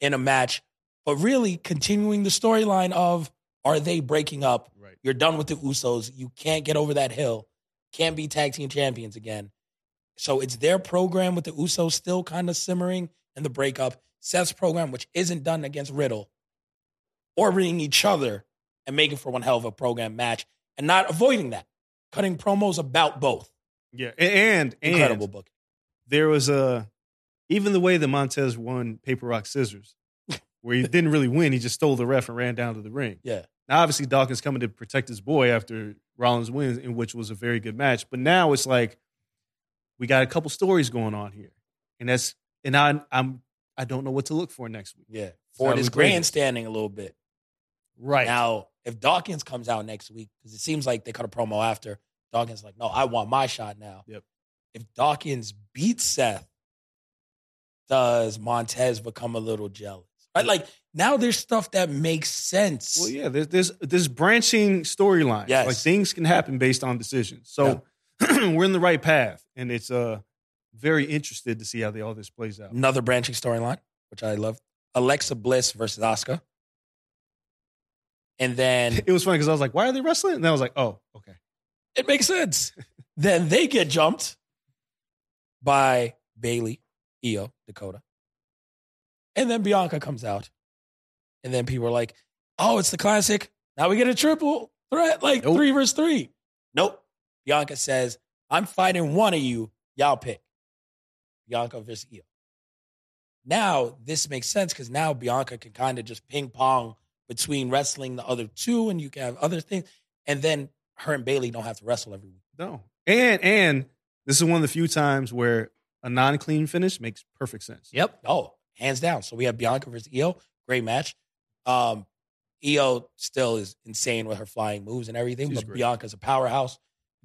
in a match, but really continuing the storyline of are they breaking up?
Right.
You're done with the Usos. You can't get over that hill. Can't be tag team champions again. So it's their program with the Usos still kind of simmering and the breakup. Seth's program, which isn't done against Riddle, orbiting each other and making for one hell of a program match and not avoiding that. Cutting promos about both.
Yeah. a- And, and
Incredible book.
there was a even the way that Montez won paper rock scissors, where he didn't really win, he just stole the ref and ran down to the ring.
Yeah.
Now obviously Dawkins coming to protect his boy after Rollins wins, in which was a very good match. But now it's like we got a couple stories going on here, and that's and I I'm I don't know what to look for next week.
Yeah. Ford
That
is
was great.
grandstanding a little bit.
Right
Now, if Dawkins comes out next week, because it seems like they cut a promo after, Dawkins like, no, I want my shot now.
Yep.
If Dawkins beats Seth, does Montez become a little jealous? Right? Like now there's stuff that makes sense.
Well, yeah, there's there's, there's branching storylines.
Yes.
Like things can happen based on decisions. So we're in the right path, and it's uh very interested to see how they, all this plays out.
Another branching storyline, which I love. Alexa Bliss versus Oscar. And then
It was funny because I was like, "Why are they wrestling?" And I was like, "Oh, okay."
it makes sense. then they get jumped by Bailey, Io, Dakota. And then Bianca comes out. And then people are like, oh, it's the classic. Now we get a triple threat, like
Nope.
three versus three. Nope. Bianca says, I'm fighting one of you. Y'all pick. Bianca versus Io. Now this makes sense because now Bianca can kind of just ping pong between wrestling the other two, and you can have other things. And then her and Bailey don't have to wrestle every week.
No, and and this is one of the few times where a non-clean finish makes perfect sense.
Yep.
Oh, hands down. So we have Bianca versus Io. Great match. Um, Io still is insane with her flying moves and everything,
She's
but
great.
Bianca's a powerhouse.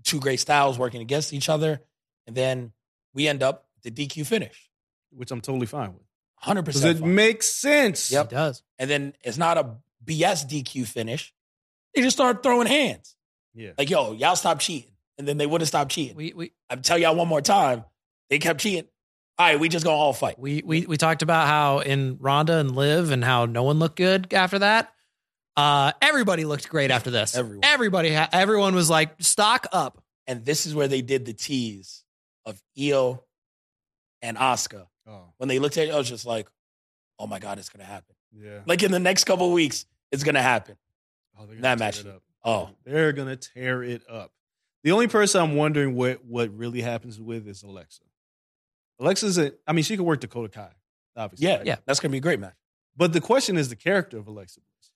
Two great styles working against each other. And then we end up with the DQ finish.
which I'm totally fine with
100%.
because it
fine.
makes sense.
Yep.
It does.
and then it's not a BS DQ finish. They just start throwing hands.
Yeah.
Like, yo, y'all stop cheating. And then they wouldn't stop cheating.
We we
I'm tell y'all one more time. They kept cheating. All right, we just gonna all fight.
we we, we talked about how in Ronda and Liv and how no one looked good after that. Uh, everybody looked great after this.
Everyone.
Everybody, ha- everyone was like stock up.
And this is where they did the tease of Io and Asuka.
Oh,
When they looked at it, I was just like, oh my God, it's gonna happen.
yeah.
Like in the next couple of weeks, it's gonna happen.
Oh, they're gonna
That
tear
match.
it up.
Oh,
They're gonna tear it up. The only person I'm wondering what what really happens with is Alexa. Alexa's a, I mean, she could work Dakota Kai, obviously.
yeah,
right?
yeah. That's gonna be a great match.
But the question is the character of Alexa Bliss.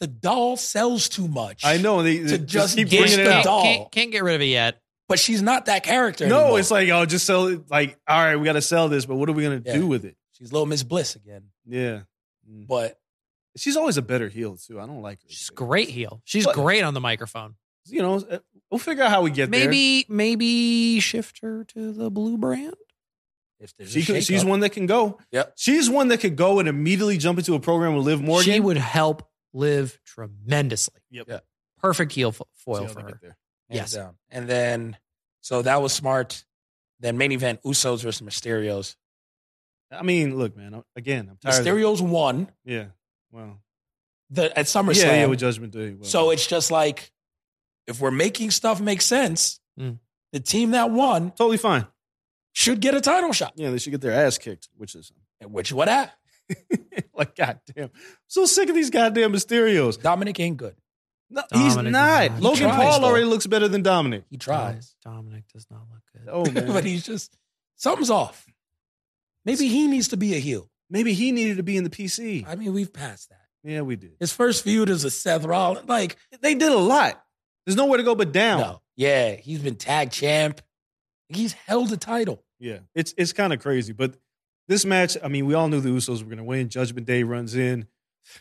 The doll sells too much.
I know they, they
To just
keep
get
bringing it
the dog
up.
doll.
Can't, can't get rid of it yet.
but she's not that character.
No,
anymore.
it's like oh, just sell it. Like all right, we got to sell this, but what are we gonna
Yeah.
do with it?
she's little Miss Bliss again.
Yeah,
But
she's always a better heel too. I don't like her.
She's a great heel. She's
But-
great on the microphone.
You know, uh, we'll figure out how we get there.
Maybe maybe shift her to the blue brand.
If there's
She
a
could,
shakeup.
she's one that can go.
Yep.
She's one that could go and immediately jump into a program with Liv Morgan.
She would help live tremendously.
Yep.
Yeah.
Perfect heel fo-
See
foil
how
for
they
her.
get there.
Hands
Yes.
down. And then, so that was smart. Then main event: Usos versus Mysterios.
I mean, look, man. I'm- Again, I'm tired. Of,
Mysterios won
yeah. Well.
the at
Yeah,
SummerSlam.
yeah. With Judgment Day. Well,
so it's just like, if we're making stuff make sense,
Mm.
the team that won
totally fine.
should get a title shot,
Yeah, they should get their ass kicked, which is
which what at
like goddamn. I'm so sick of these goddamn Mysterios.
Dominic ain't good.
No, he's
Dominic is
not.
not.
Logan
He tries,
Paul
though.
already looks better than Dominic.
He tries,
Dom- Dominic does not look good.
Oh man.
but he's just something's off. Maybe he needs to be a heel.
Maybe he needed to be in the PC.
I mean, we've passed that.
yeah, we did.
His first feud is with Seth Rollins. Like,
They did a lot. There's nowhere to go but down.
no, yeah, he's been tag champ. He's held a title.
Yeah, it's it's kind of crazy, but this match, I mean, we all knew the Usos were going to win. Judgment Day runs in.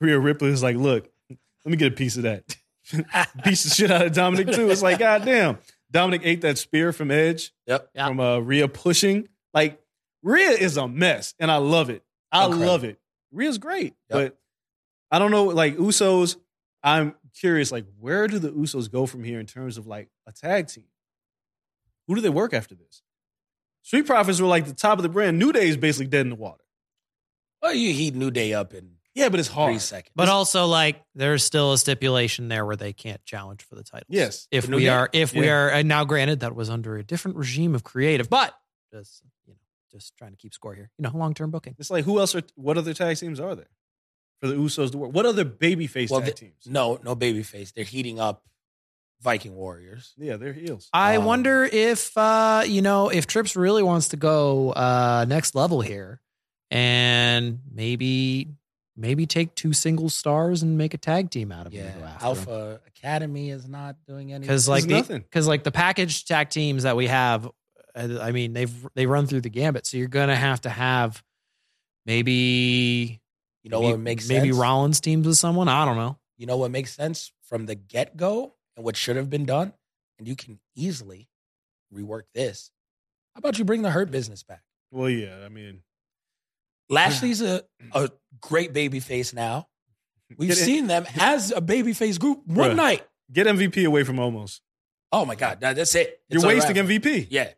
Rhea Ripley is like, "Look, let me get a piece of that." Beats the shit out of Dominic too. It's like, God damn. Dominic ate that spear from Edge
Yep.
Yeah.
from uh, Rhea pushing. Like Rhea is a mess, and I love it. I
Incredible.
love it. Rhea's great,
Yep.
but I don't know. Like Usos, I'm curious. Like, where do the Usos go from here in terms of like a tag team? Who do they work after this? Street Profits were like the top of the brand. New Day is basically dead in the water.
Well, you heat New Day up in
Yeah, but it's hard.
three seconds.
But also, like, there's still a stipulation there where they can't challenge for the titles.
Yes.
if
No
we
doubt.
are, if we
Yeah.
are, and now granted that was under a different regime of creative, but just you know, just trying to keep score here. You know, long term booking.
It's like who else are what other tag teams are there for the Usos to work? What other babyface
Well,
tag
the-
teams?
no, no babyface. They're heating up Viking Warriors.
Yeah, they're heels.
I
Um,
wonder if uh, you know if Trips really wants to go uh, next level here, and maybe maybe take two single stars and make a tag team out of it.
Yeah, Alpha Academy is not doing anything.
because like
There's nothing.
because like the package tag teams that we have, uh, I mean they've they run through the gambit, so you're gonna have to have maybe
you know
maybe,
what makes
maybe
sense?
Rollins teams with someone. I don't know.
You know what makes sense from the get go and what should have been done, and you can easily rework this. How about you bring the Hurt business back?
Well, yeah, I mean,
Lashley's a, a great baby face now. We've
Get in-
seen them as a baby face group one
Bruh.
night.
get MVP away from almost.
Oh my God, that- that's it.
You're
It's a
wasting
wrap.
MVP.
Yeah.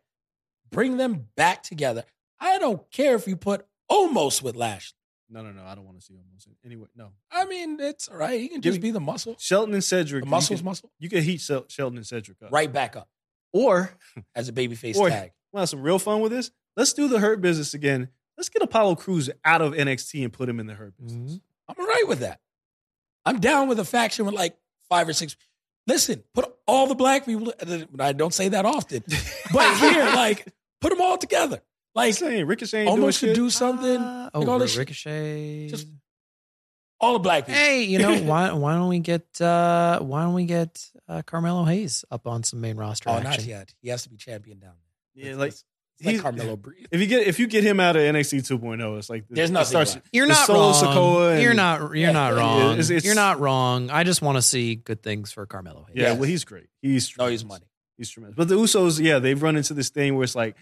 Bring them back together. I don't care if you put almost with Lashley.
No, no, no. I don't want to see almost anyway. No,
I mean, it's all right. He can
Give
just
me-
be the muscle.
Shelton and Cedric.
The muscle's
You can,
muscle.
you can heat Shel- Shelton and Cedric up,
Right back up
Or
as a babyface
Or-
tag.
want to have some real fun with this? Let's do the hurt business again. Let's get Apollo Cruz out of NXT and put him in the hurt business.
I'm all right with that. I'm down with a faction with like five or six. Listen, put all the black people. I don't say that often, but here, like, put them all together.
I'm
Like,
saying Ricochet ain't
almost
doing
should
shit.
do something.
Ah.
Uh,
Like
oh,
all this
Ricochet.
just- All the black people.
hey, you know why? Why don't we get uh, why don't we get uh, Carmelo Hayes up on some main roster
Oh, not
action?
yet. He has to be champion down there.
yeah, like
It's like
he's-
Carmelo Breeze.
If you get if you get him out of NXT 2.0, oh, it's like
There's
it
nothing
starts-
left.
You're
The
not
Solo
wrong.
Sikoa and-
you're not. You're
Yeah,
not
yeah,
wrong.
it's- it's-
you're not wrong. I just want to see good things for Carmelo Hayes.
yeah,
Yes.
well, he's great. He's
No,
tremendous.
he's money.
He's tremendous. But the Usos, yeah, they've run into this thing where it's like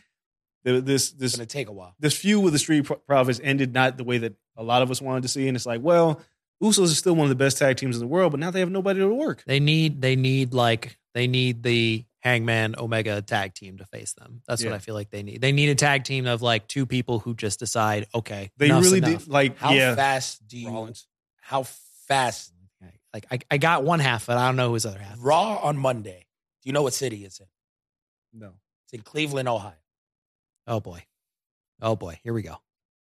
the- this
It's
this
going to take a while.
this feud with the Street Pro- Profits ended not the way that a lot of us wanted to see, and it's like, well, Usos is still one of the best tag teams in the world, but now they have nobody to work.
They need they need like they need the Hangman Omega tag team to face them. That's
Yeah.
what I feel like they need. They need a tag team of like two people who just decide, okay,
They
enough's
really
enough.
did like
How
yeah.
fast do you?
Rollins.
How fast?
Like I, I got one half, but I don't know who's other half. is.
Raw on Monday. Do you know what city it's in?
No,
It's in Cleveland, Ohio.
Oh boy, oh boy, here we go.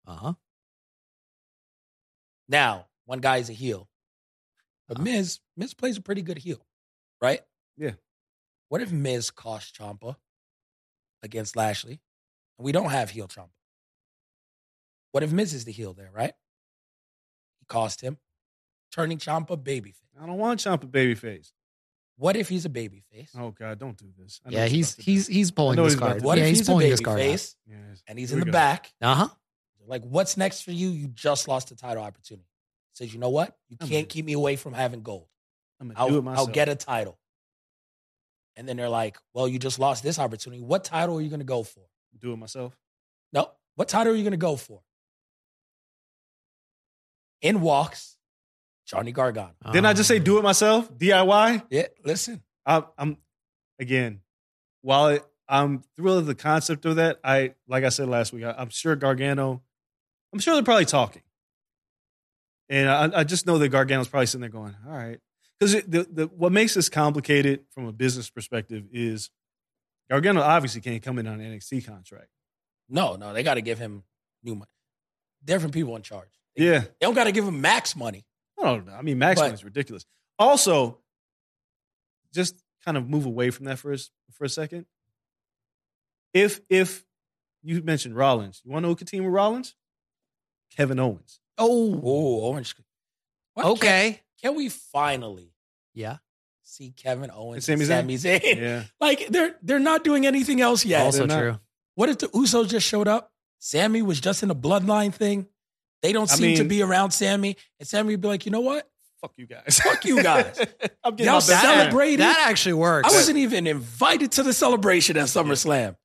Uh huh.
Now, one guy's a heel, but
Uh-huh.
Miz Miz plays a pretty good heel, right?
Yeah.
What if Miz cost Champa against Lashley, and we don't have heel Champa? What if Miz is the heel there, right? He cost him, turning Champa babyface.
I don't want Champa babyface.
What if he's a babyface?
Oh God, don't do this. I know
Yeah,
what you're
he's
about to do.
he's he's
I
pulling
know
this
he's about
card.
to-
What
yeah,
if
he's,
he's, a
pulling
baby
this card.
face
Yes.
and he's
Here
in
we
the
go.
back?
Uh huh.
Like, what's next for you? You just lost the title opportunity. Says, you know what? You
I'm
can't
good.
keep me away from having gold.
I'm gonna do it
I'll, I'll
myself.
get a title. And then they're like, well, you just lost this opportunity. What title are you going to go for?
Do it myself.
No. What title are you going to go for? In walks Johnny Gargano.
Uh,
Didn't I just say do it myself? DIY?
Yeah, listen.
I, I'm again, while it, I'm thrilled at the concept of that, I like I said last week, I, I'm sure Gargano, I'm sure they're probably talking, and I, I just know that Gargano's probably sitting there going, "All right," because the, the what makes this complicated from a business perspective is Gargano obviously can't come in on an NXT contract.
No, no, they got to give him new money. Different people in charge. They,
Yeah,
they don't got to give him max money.
I don't know. I mean, Max
But-
is ridiculous. Also, just kind of move away from that for a, s- for a second. If if you mentioned Rollins, you want to know who could team with Rollins? Kevin Owens.
Oh,
Oh, Orange. Why can't-
okay.
Can, we finally
Yeah.
see Kevin Owens
And
and
Sami
Sami Zayn?
Yeah,
Like they're they're not doing anything else yet.
they're
also
not-
true.
What if the Usos just showed up? Sammy was just in a bloodline thing. They don't
I
seem to
mean-
be around Sammy, and Sammy would be like, you know what?
fuck you guys.
Fuck you guys.
I'm getting
Y'all
my best friend.
celebrated.
That actually works.
I wasn't even invited to the celebration at SummerSlam.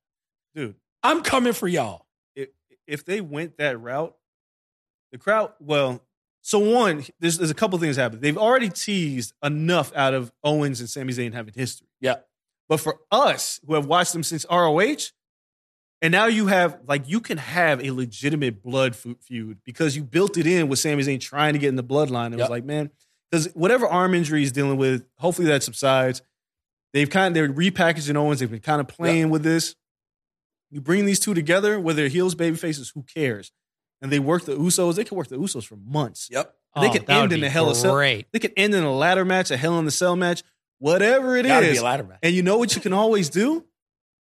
dude.
I'm coming for y'all.
If if they went that route, the crowd. Well, so one, there's there's a couple things happening. They've already teased enough out of Owens and Sami Zayn having history.
Yeah.
But for us who have watched them since ROH, and now you have like you can have a legitimate blood fe- feud because you built it in with Sami Zayn trying to get in the bloodline. It was
Yep.
like, man, because whatever arm injury he's dealing with, hopefully that subsides. They've kind of they're repackaging Owens. They've been kind of playing with this. You bring these two together, whether heels, baby faces, who cares? And they work the Usos. They can work the Usos for months.
Yep.
They
Oh,
could
that would
end in
be
a hell of cell.
Great.
They could end in a ladder match, a hell in the cell match, whatever it is.
Gotta be a ladder match.
And you know what you can always do?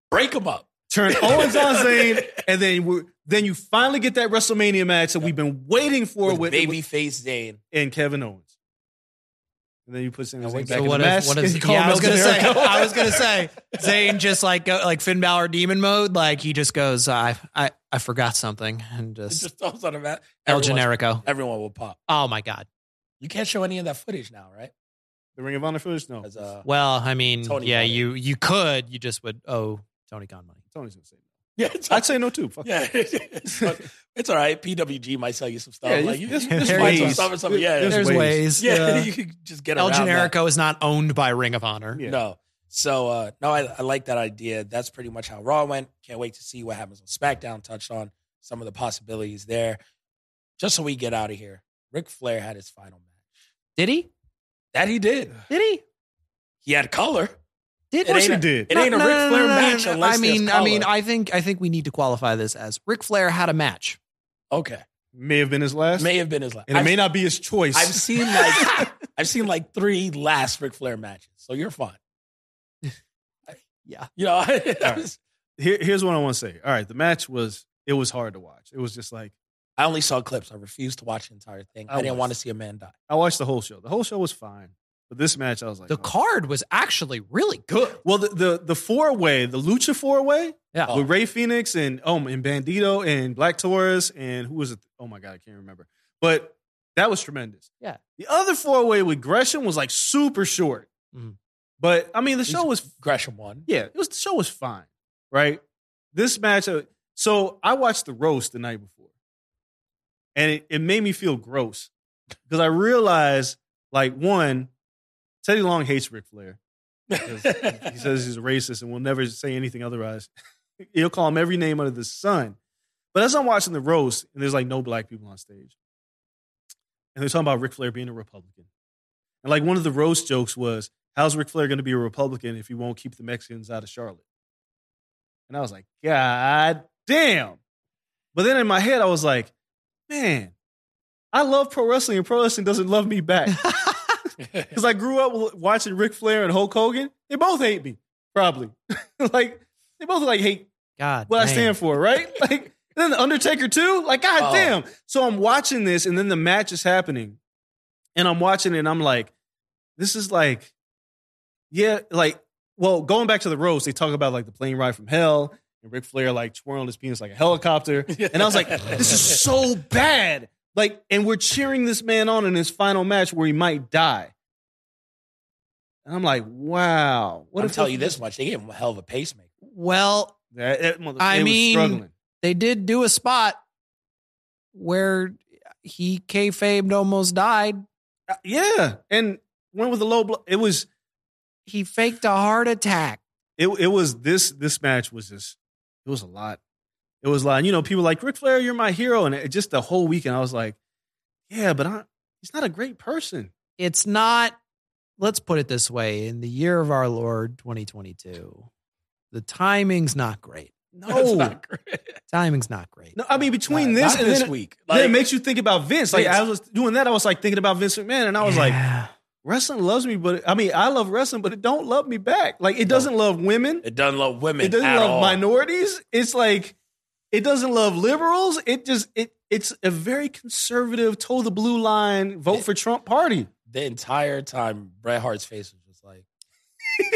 Break them up.
Turn Owens on Zayn, and then we then you finally get that WrestleMania match that we've been waiting for
With
with, with-
babyface Zayn.
and Kevin Owens. And then you put Sami
Now,
Zayn
wait,
back
So
in
what
the
if,
match.
what
and
is,
you call
yeah, I
him
was
El
gonna say,
Generico.
I was gonna say, Zayn just like go, like Finn Balor demon mode, like he just goes, I I, I forgot something, and
It
just
just throws on the mat.
El
Everyone's-
Generico.
Everyone will pop.
Oh my god.
You can't show any of that footage now, right?
the Ring of Honor footage. No,
As uh,
Well, I mean,
Tony
yeah,
got it.
you you could, you just would owe Tony Khan money.
Tony's gonna say no.
yeah, it's,
I'd say no too. Fuck
yeah, it's, it's all right. PWG might sell you some stuff.
Yeah,
like
you-
you,
there's-
you
there's
find some
ways.
stuff or something. Yeah,
There's
There's
ways.
ways.
yeah, you could just get
uh, El
around that.
Generico is not owned by Ring of Honor.
Yeah.
No. So uh no, I, I like that idea. That's pretty much how Raw went. Can't wait to see what happens on SmackDown. Touched on some of the possibilities there. Just so we get out of here, Ric Flair had his final match.
Did he?
That he did.
Did he?
He had color.
Did
It
Of
ain't
course you
a-
did.
It ain't a Ric Flair match unless there's
I mean, I mean,
color.
I think I think we need to qualify this as Ric Flair had a match.
Okay.
May have been his last,
May have been his last.
and it
I've,
may not be his choice.
I've seen like I've seen like three last Ric Flair matches. So you're fine.
Yeah.
You know, I, I,
right.
was-
Here, here's what I want to say. All right, the match was it was hard to watch. It was just like
I only saw clips. I refused to watch the entire thing. I,
I
didn't
was.
want to see a man die.
I watched the whole show. The whole show was fine, but this match I was like,
The
oh.
card was actually really good.
well, the the, the four way, the Lucha four way
Yeah.
with Ray Phoenix and um and Bandito and Black Taurus and who was it? Oh my god, I can't remember. But that was tremendous.
Yeah.
The other four way with Gresham was like super short,
Mhm.
but I mean the show was
Gresham won.
yeah, it was the show was fine, right? This match, uh, so I watched the roast the night before, and it, it made me feel gross because I realized, like, one, Teddy Long hates Ric Flair. 'cause he says he's a racist and will never say anything otherwise. He'll call him every name under the sun. But as I'm watching the roast, and there's like no black people on stage, and they're talking about Ric Flair being a Republican, and like one of the roast jokes was, "How's Ric Flair going to be a Republican if he won't keep the Mexicans out of Charlotte?" And I was like, "God damn!" But then in my head, I was like, "Man, I love pro wrestling, and pro wrestling doesn't love me back." Because I grew up w- watching Ric Flair and Hulk Hogan. They both hate me, probably. like they both like hate
God.
what I
damn.
stand for, right? Like and then the Undertaker too. Like God
Oh.
damn. So I'm watching this, and then the match is happening, and I'm watching it, and I'm like, this is like, yeah, like well, going back to the roast, they talk about like the plane ride from hell. And Ric Flair like twirling his penis like a helicopter. And I was like, this is so bad. Like, and we're cheering this man on in his final match where he might die. And I'm like, wow.
What
What
I'm
if
telling you this much, they gave him a hell of a pacemaker.
Well,
That, that mother-
I
they was
mean,
struggling.
they did do a spot where he kayfabed almost died.
Uh, Yeah, and when was the low blow? It was
He faked a heart attack.
it it was this this match was just it was a lot. It was a lot. You know, people like Ric Flair, you're my hero, and it, just the whole weekend I was like, yeah, but I, he's not a great person.
It's not. Let's put it this way: in the year of our Lord 2022, the timing's not great.
it's
No,
not great.
timing's not great.
No, I mean between
Not-
this
not
and
this
then,
week.
then
Like-
it makes you think about Vince. Like
Vince.
I was doing that, I was like thinking about Vince McMahon, and I was like,
Yeah.
wrestling loves me, but I mean, I love wrestling, but it don't love me back. Like it doesn't love women.
It doesn't love women.
It doesn't
at
love
all.
minorities. It's like it doesn't love liberals. It just it it's a very conservative toe the blue line vote for Trump party.
the entire time. Bret Hart's face was just like,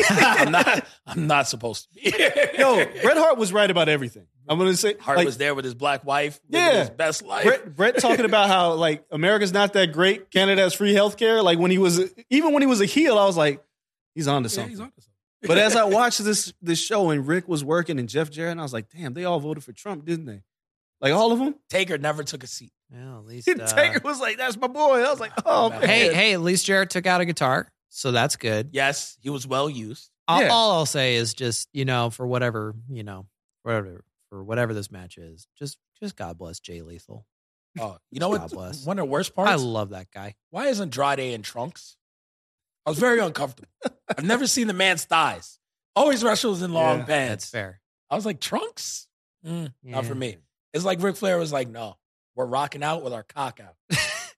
I'm not. I'm not supposed to be. here.
Yo, Bret Hart was right about everything. I'm gonna say
Hart
like,
was there with his black wife. living
Yeah.
his best life.
Brett, Brett talking about how like America's not that great. Canada has free healthcare. Like when he was even when he was a heel, I was like, he's on to
Yeah,
something.
he's onto something.
But as I watched this this show and Rick was working and Jeff Jarrett, and I was like, damn, they all voted for Trump, didn't they? Like all of them.
Taker never took a seat.
Well, at least uh,
Taker was like, that's my boy. I was like, oh man.
hey, hey, at least Jarrett took out a guitar, so that's good.
Yes, he was well used.
All,
Yeah.
all I'll say is just you know for whatever you know whatever for whatever this match is, just just God bless Jay Lethal.
Oh, you know
God
what?
bless.
One of the worst
I
parts.
love that guy.
Why isn't Andrade in trunks? I was very uncomfortable. I've never seen the man's thighs. Always wrestles in long
Yeah,
That's
pants.
fair.
I was like, trunks? Mm, Not
Yeah.
for me. It's like Ric Flair was like, no, we're rocking out with our cock out.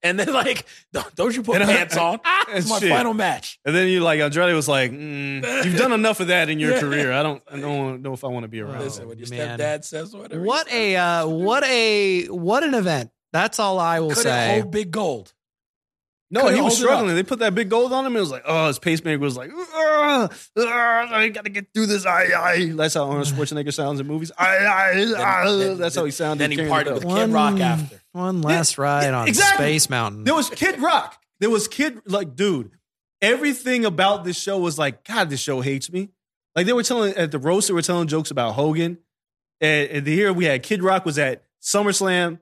and then like, don't, don't you put
And I-
pants on? It's my
shit.
final match.
And then you like Andrade was like, mm, you've done enough of that in your
Yeah.
career. I don't I don't know if I want to be around.
Listen, when your
Oh, man.
stepdad says whatever. he
What
says,
a uh, what a what an event. That's all I will
couldn't
say.
hold big gold.
no,
couldn't
he was
hold it up.
struggling. They put that big gold on him. and It was like, oh, his pacemaker was like, "Ugh, ugh, I got to get through this. Aye, aye. That's how Arnold Schwarzenegger sounds in movies. Aye, aye,
Ah,
aye.
then-
That's how he sounded.
then he
carrying the
partied with
belt.
Kid Rock after.
One last ride on
exactly.
Space Mountain.
There was Kid Rock. There was Kid like dude. Everything about this show was like, God, this show hates me. Like they were telling at the roast, they were telling jokes about Hogan. And, and the year we had Kid Rock was at SummerSlam,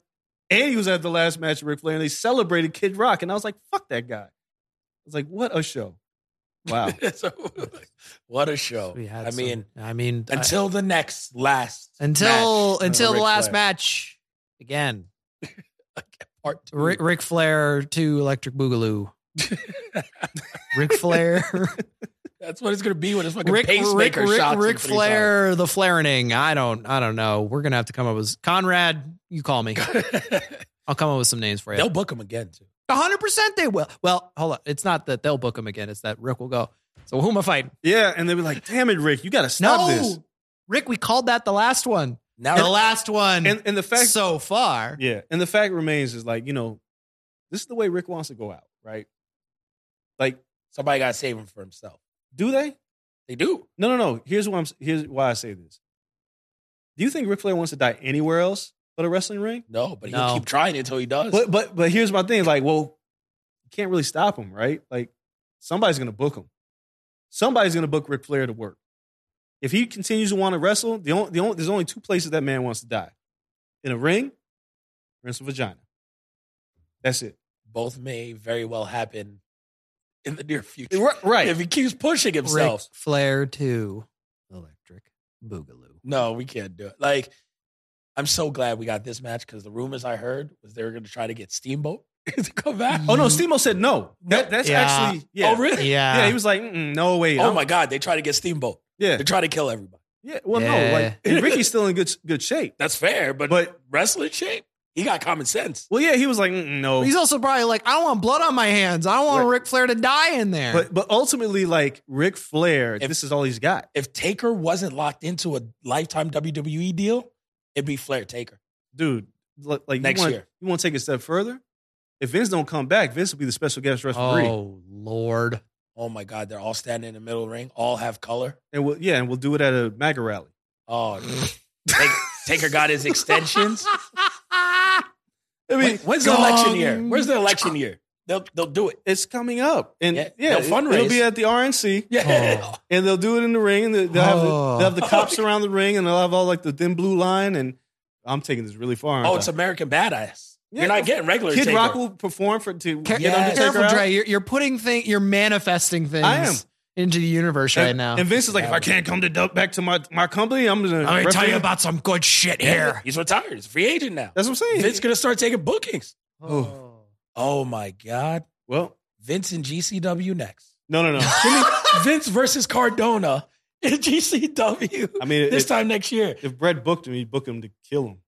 and he was at the last match with Ric Flair, and they celebrated Kid Rock. And I was like, fuck that guy. I was like, what a show. Wow.
so, what a show.
we had
I
some-
mean,
I mean, I-
until the next last
until
match
until
with
the
Ric
last
Flair.
match again.
part two.
Ric, Ric Flair to Electric Boogaloo. Ric Flair,
That's what it's gonna be when it's fucking
Ric, Ric,
pacemaker
Ric,
shots. him
Ric
three times.
Flair, the flaring. I don't, I don't know. We're gonna have to come up with Conrad. You call me. I'll come up with some names for you.
They'll book him again too.
hundred percent they will. Well, hold on. It's not that they'll book him again. It's that Rick will go. So who am I fighting?
yeah. And they were like, damn it, Rick, you gotta
No,
stop this.
Rick, we called that the last one.
Now
the last one
And and the fact
so far.
Yeah. And the fact remains is like, you know, this is the way Rick wants to go out, right? Like,
somebody gotta save him for himself.
do they?
They do.
No, no, no. Here's why I'm. Here's why I say this. Do you think Ric Flair wants to die anywhere else but a wrestling ring?
No, but
No.
he'll keep trying until he does.
But but but here's my thing. Like, well, you can't really stop him, right? Like, somebody's gonna book him. Somebody's gonna book Ric Flair to work. If he continues to want to wrestle, the only, the only there's only two places that man wants to die: in a ring, or in some vagina. That's it.
Both may very well happen in the near future.
Right.
If he keeps pushing
Rick
himself.
Flair to Electric Boogaloo.
No, we can't do it. Like, I'm so glad we got this match because the rumors I heard was they were gonna try to get Steamboat to come back.
Oh no, Steamboat said no. That,
No.
that's
Yeah.
actually yeah.
Oh really?
Yeah.
Yeah, he was like, Mm-mm, no way.
Oh my god, they try to get Steamboat.
Yeah.
They try to kill everybody.
Yeah, well,
Yeah.
no, like and Ricky's still in good good shape,
That's fair, but,
but
wrestling shape, he got common sense.
well, yeah, he was like, "Mm, no,
He's also probably like, I don't want blood on my hands. I don't want
Right.
Ric Flair to die in there.
but but ultimately, like Ric Flair,
If-
this is all he's got.
If Taker wasn't locked into a lifetime WWE deal, it'd be Flair Taker.
dude. Like like,
Next
you want,
year.
you want to take it a step further. If Vince don't come back, Vince will be the special guest referee,
oh Lord.
Oh my God, they're all standing in the middle ring, all have color.
and we'll yeah, and we'll do it at a MAGA rally.
Oh, Taker, Taker got his extensions.
Ah!
I mean,
When- when's the election year? Where's the election year? They'll they'll do it.
it's coming up, and
Yeah,
yeah,
they'll
it-
fundraise.
it'll be at the RNC,
Yeah.
Oh.
and they'll do it in the ring, and they'll have the,
Oh.
they'll have the cops around the ring, and they'll have all like the thin blue line, and I'm taking this really far. aren't
Oh,
I?
it's American Badass.
Yeah,
You're not getting regular
Kid
Taker.
Rock will perform for to
Ca-
get
Yeah.
Undertaker
Careful,
out.
Dre. You're, you're putting things, you're manifesting things
I am.
into the universe right
and,
now.
and Vince is like, if I can't come to dub- back to my, my company, I'm gonna.
Let me tell
referee-
you about some good shit
Yeah,
here.
He's retired. He's a free agent now.
That's what I'm saying.
Vince gonna start taking bookings. Oh my God.
well,
Vince and GCW next.
no, no, no.
Give me Vince versus Cardona in GCW
I mean,
this
if,
time next year.
if Brett booked him, he'd book him to kill him.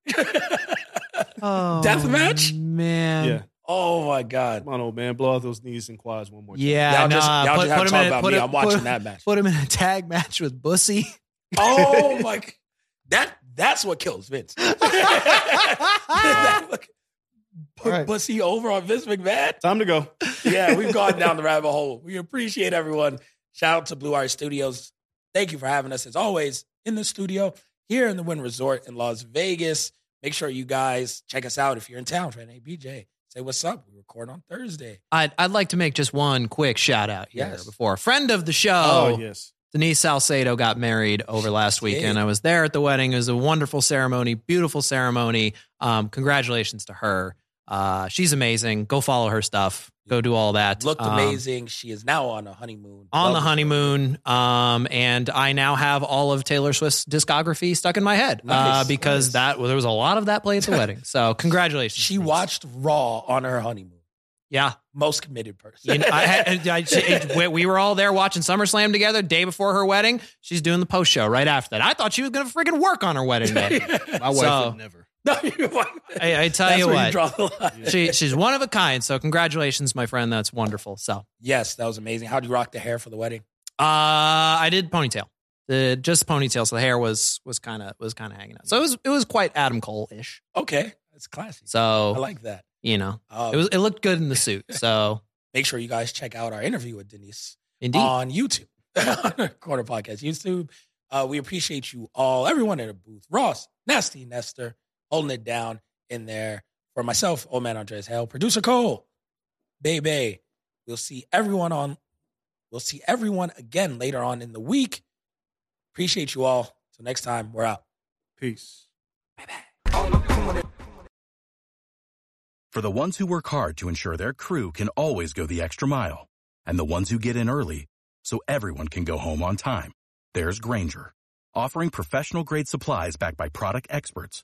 Oh,
Death match?
Man.
yeah,
oh my God.
come on, old man, blow out those knees and quads one more time.
Yeah,
y'all just,
nah,
y'all
put,
just have to
put him in
talk
a-
about
put
me.
him-
I'm watching
put-
that match.
Put him in a tag match with Bussy.
Oh my! g- That that's what kills Vince.
Ah!
that, look, put
All right.
Bussy over on Vince McMahon.
Time to go.
Yeah, we've gone down the rabbit hole. We appreciate everyone. Shout out to Blue Art Studios. Thank you for having us as always in the studio here in the Wynn Resort in Las Vegas. Make sure you guys check us out if you're in town. Right, hey BJ, say what's up. We record on Thursday.
I'd, I'd like to make just one quick shout out here
Yes.
before a friend of the show.
Oh, yes.
Denise Salcedo got married over last weekend.
did.
I was there at the wedding. It was a wonderful ceremony, beautiful ceremony. Um, congratulations to her. Uh, she's amazing. Go follow her stuff. Go do all that.
Looked
Um,
amazing. She is now on a honeymoon.
on the
Love
honeymoon. Um, and I now have all of Taylor Swift's discography stuck in my head
Nice,
uh, because
nice.
that well, there was a lot of that played at the wedding. So congratulations.
She
Denise.
watched Raw on her honeymoon.
Yeah,
Most committed person.
You know, I had, I, I- we- we were all there watching SummerSlam together day before her wedding. She's doing the post show right after that. I thought she was going to freaking work on her wedding day.
My wife
So-
would never.
No, you're right.
I, I tell
That's
you
where
what,
you draw the line.
she she's one of a kind. So congratulations, my friend. That's wonderful. So
Yes, that was amazing. How'd you rock the hair for the wedding?
uh, I did ponytail, the just ponytail. So the hair was was kind of was kind of hanging out. So it was it was quite Adam Cole ish.
Okay, that's classy.
So
I like that.
you know
Um,
it was it looked good in the suit. So
make sure you guys check out our interview with Denise
indeed,
on YouTube, Corner Podcast YouTube. Uh, we appreciate you all, everyone in the booth. Ross, Nasty Nestor, holding it down in there for myself, Old Man Andres Hell, producer Cole, Bay Bay. We'll see everyone on. We'll see everyone again later on in the week. Appreciate you all. Till next time, we're out.
Peace.
For the ones who work hard to ensure their crew can always go the extra mile, and the ones who get in early so everyone can go home on time, there's Granger, offering professional grade supplies backed by product experts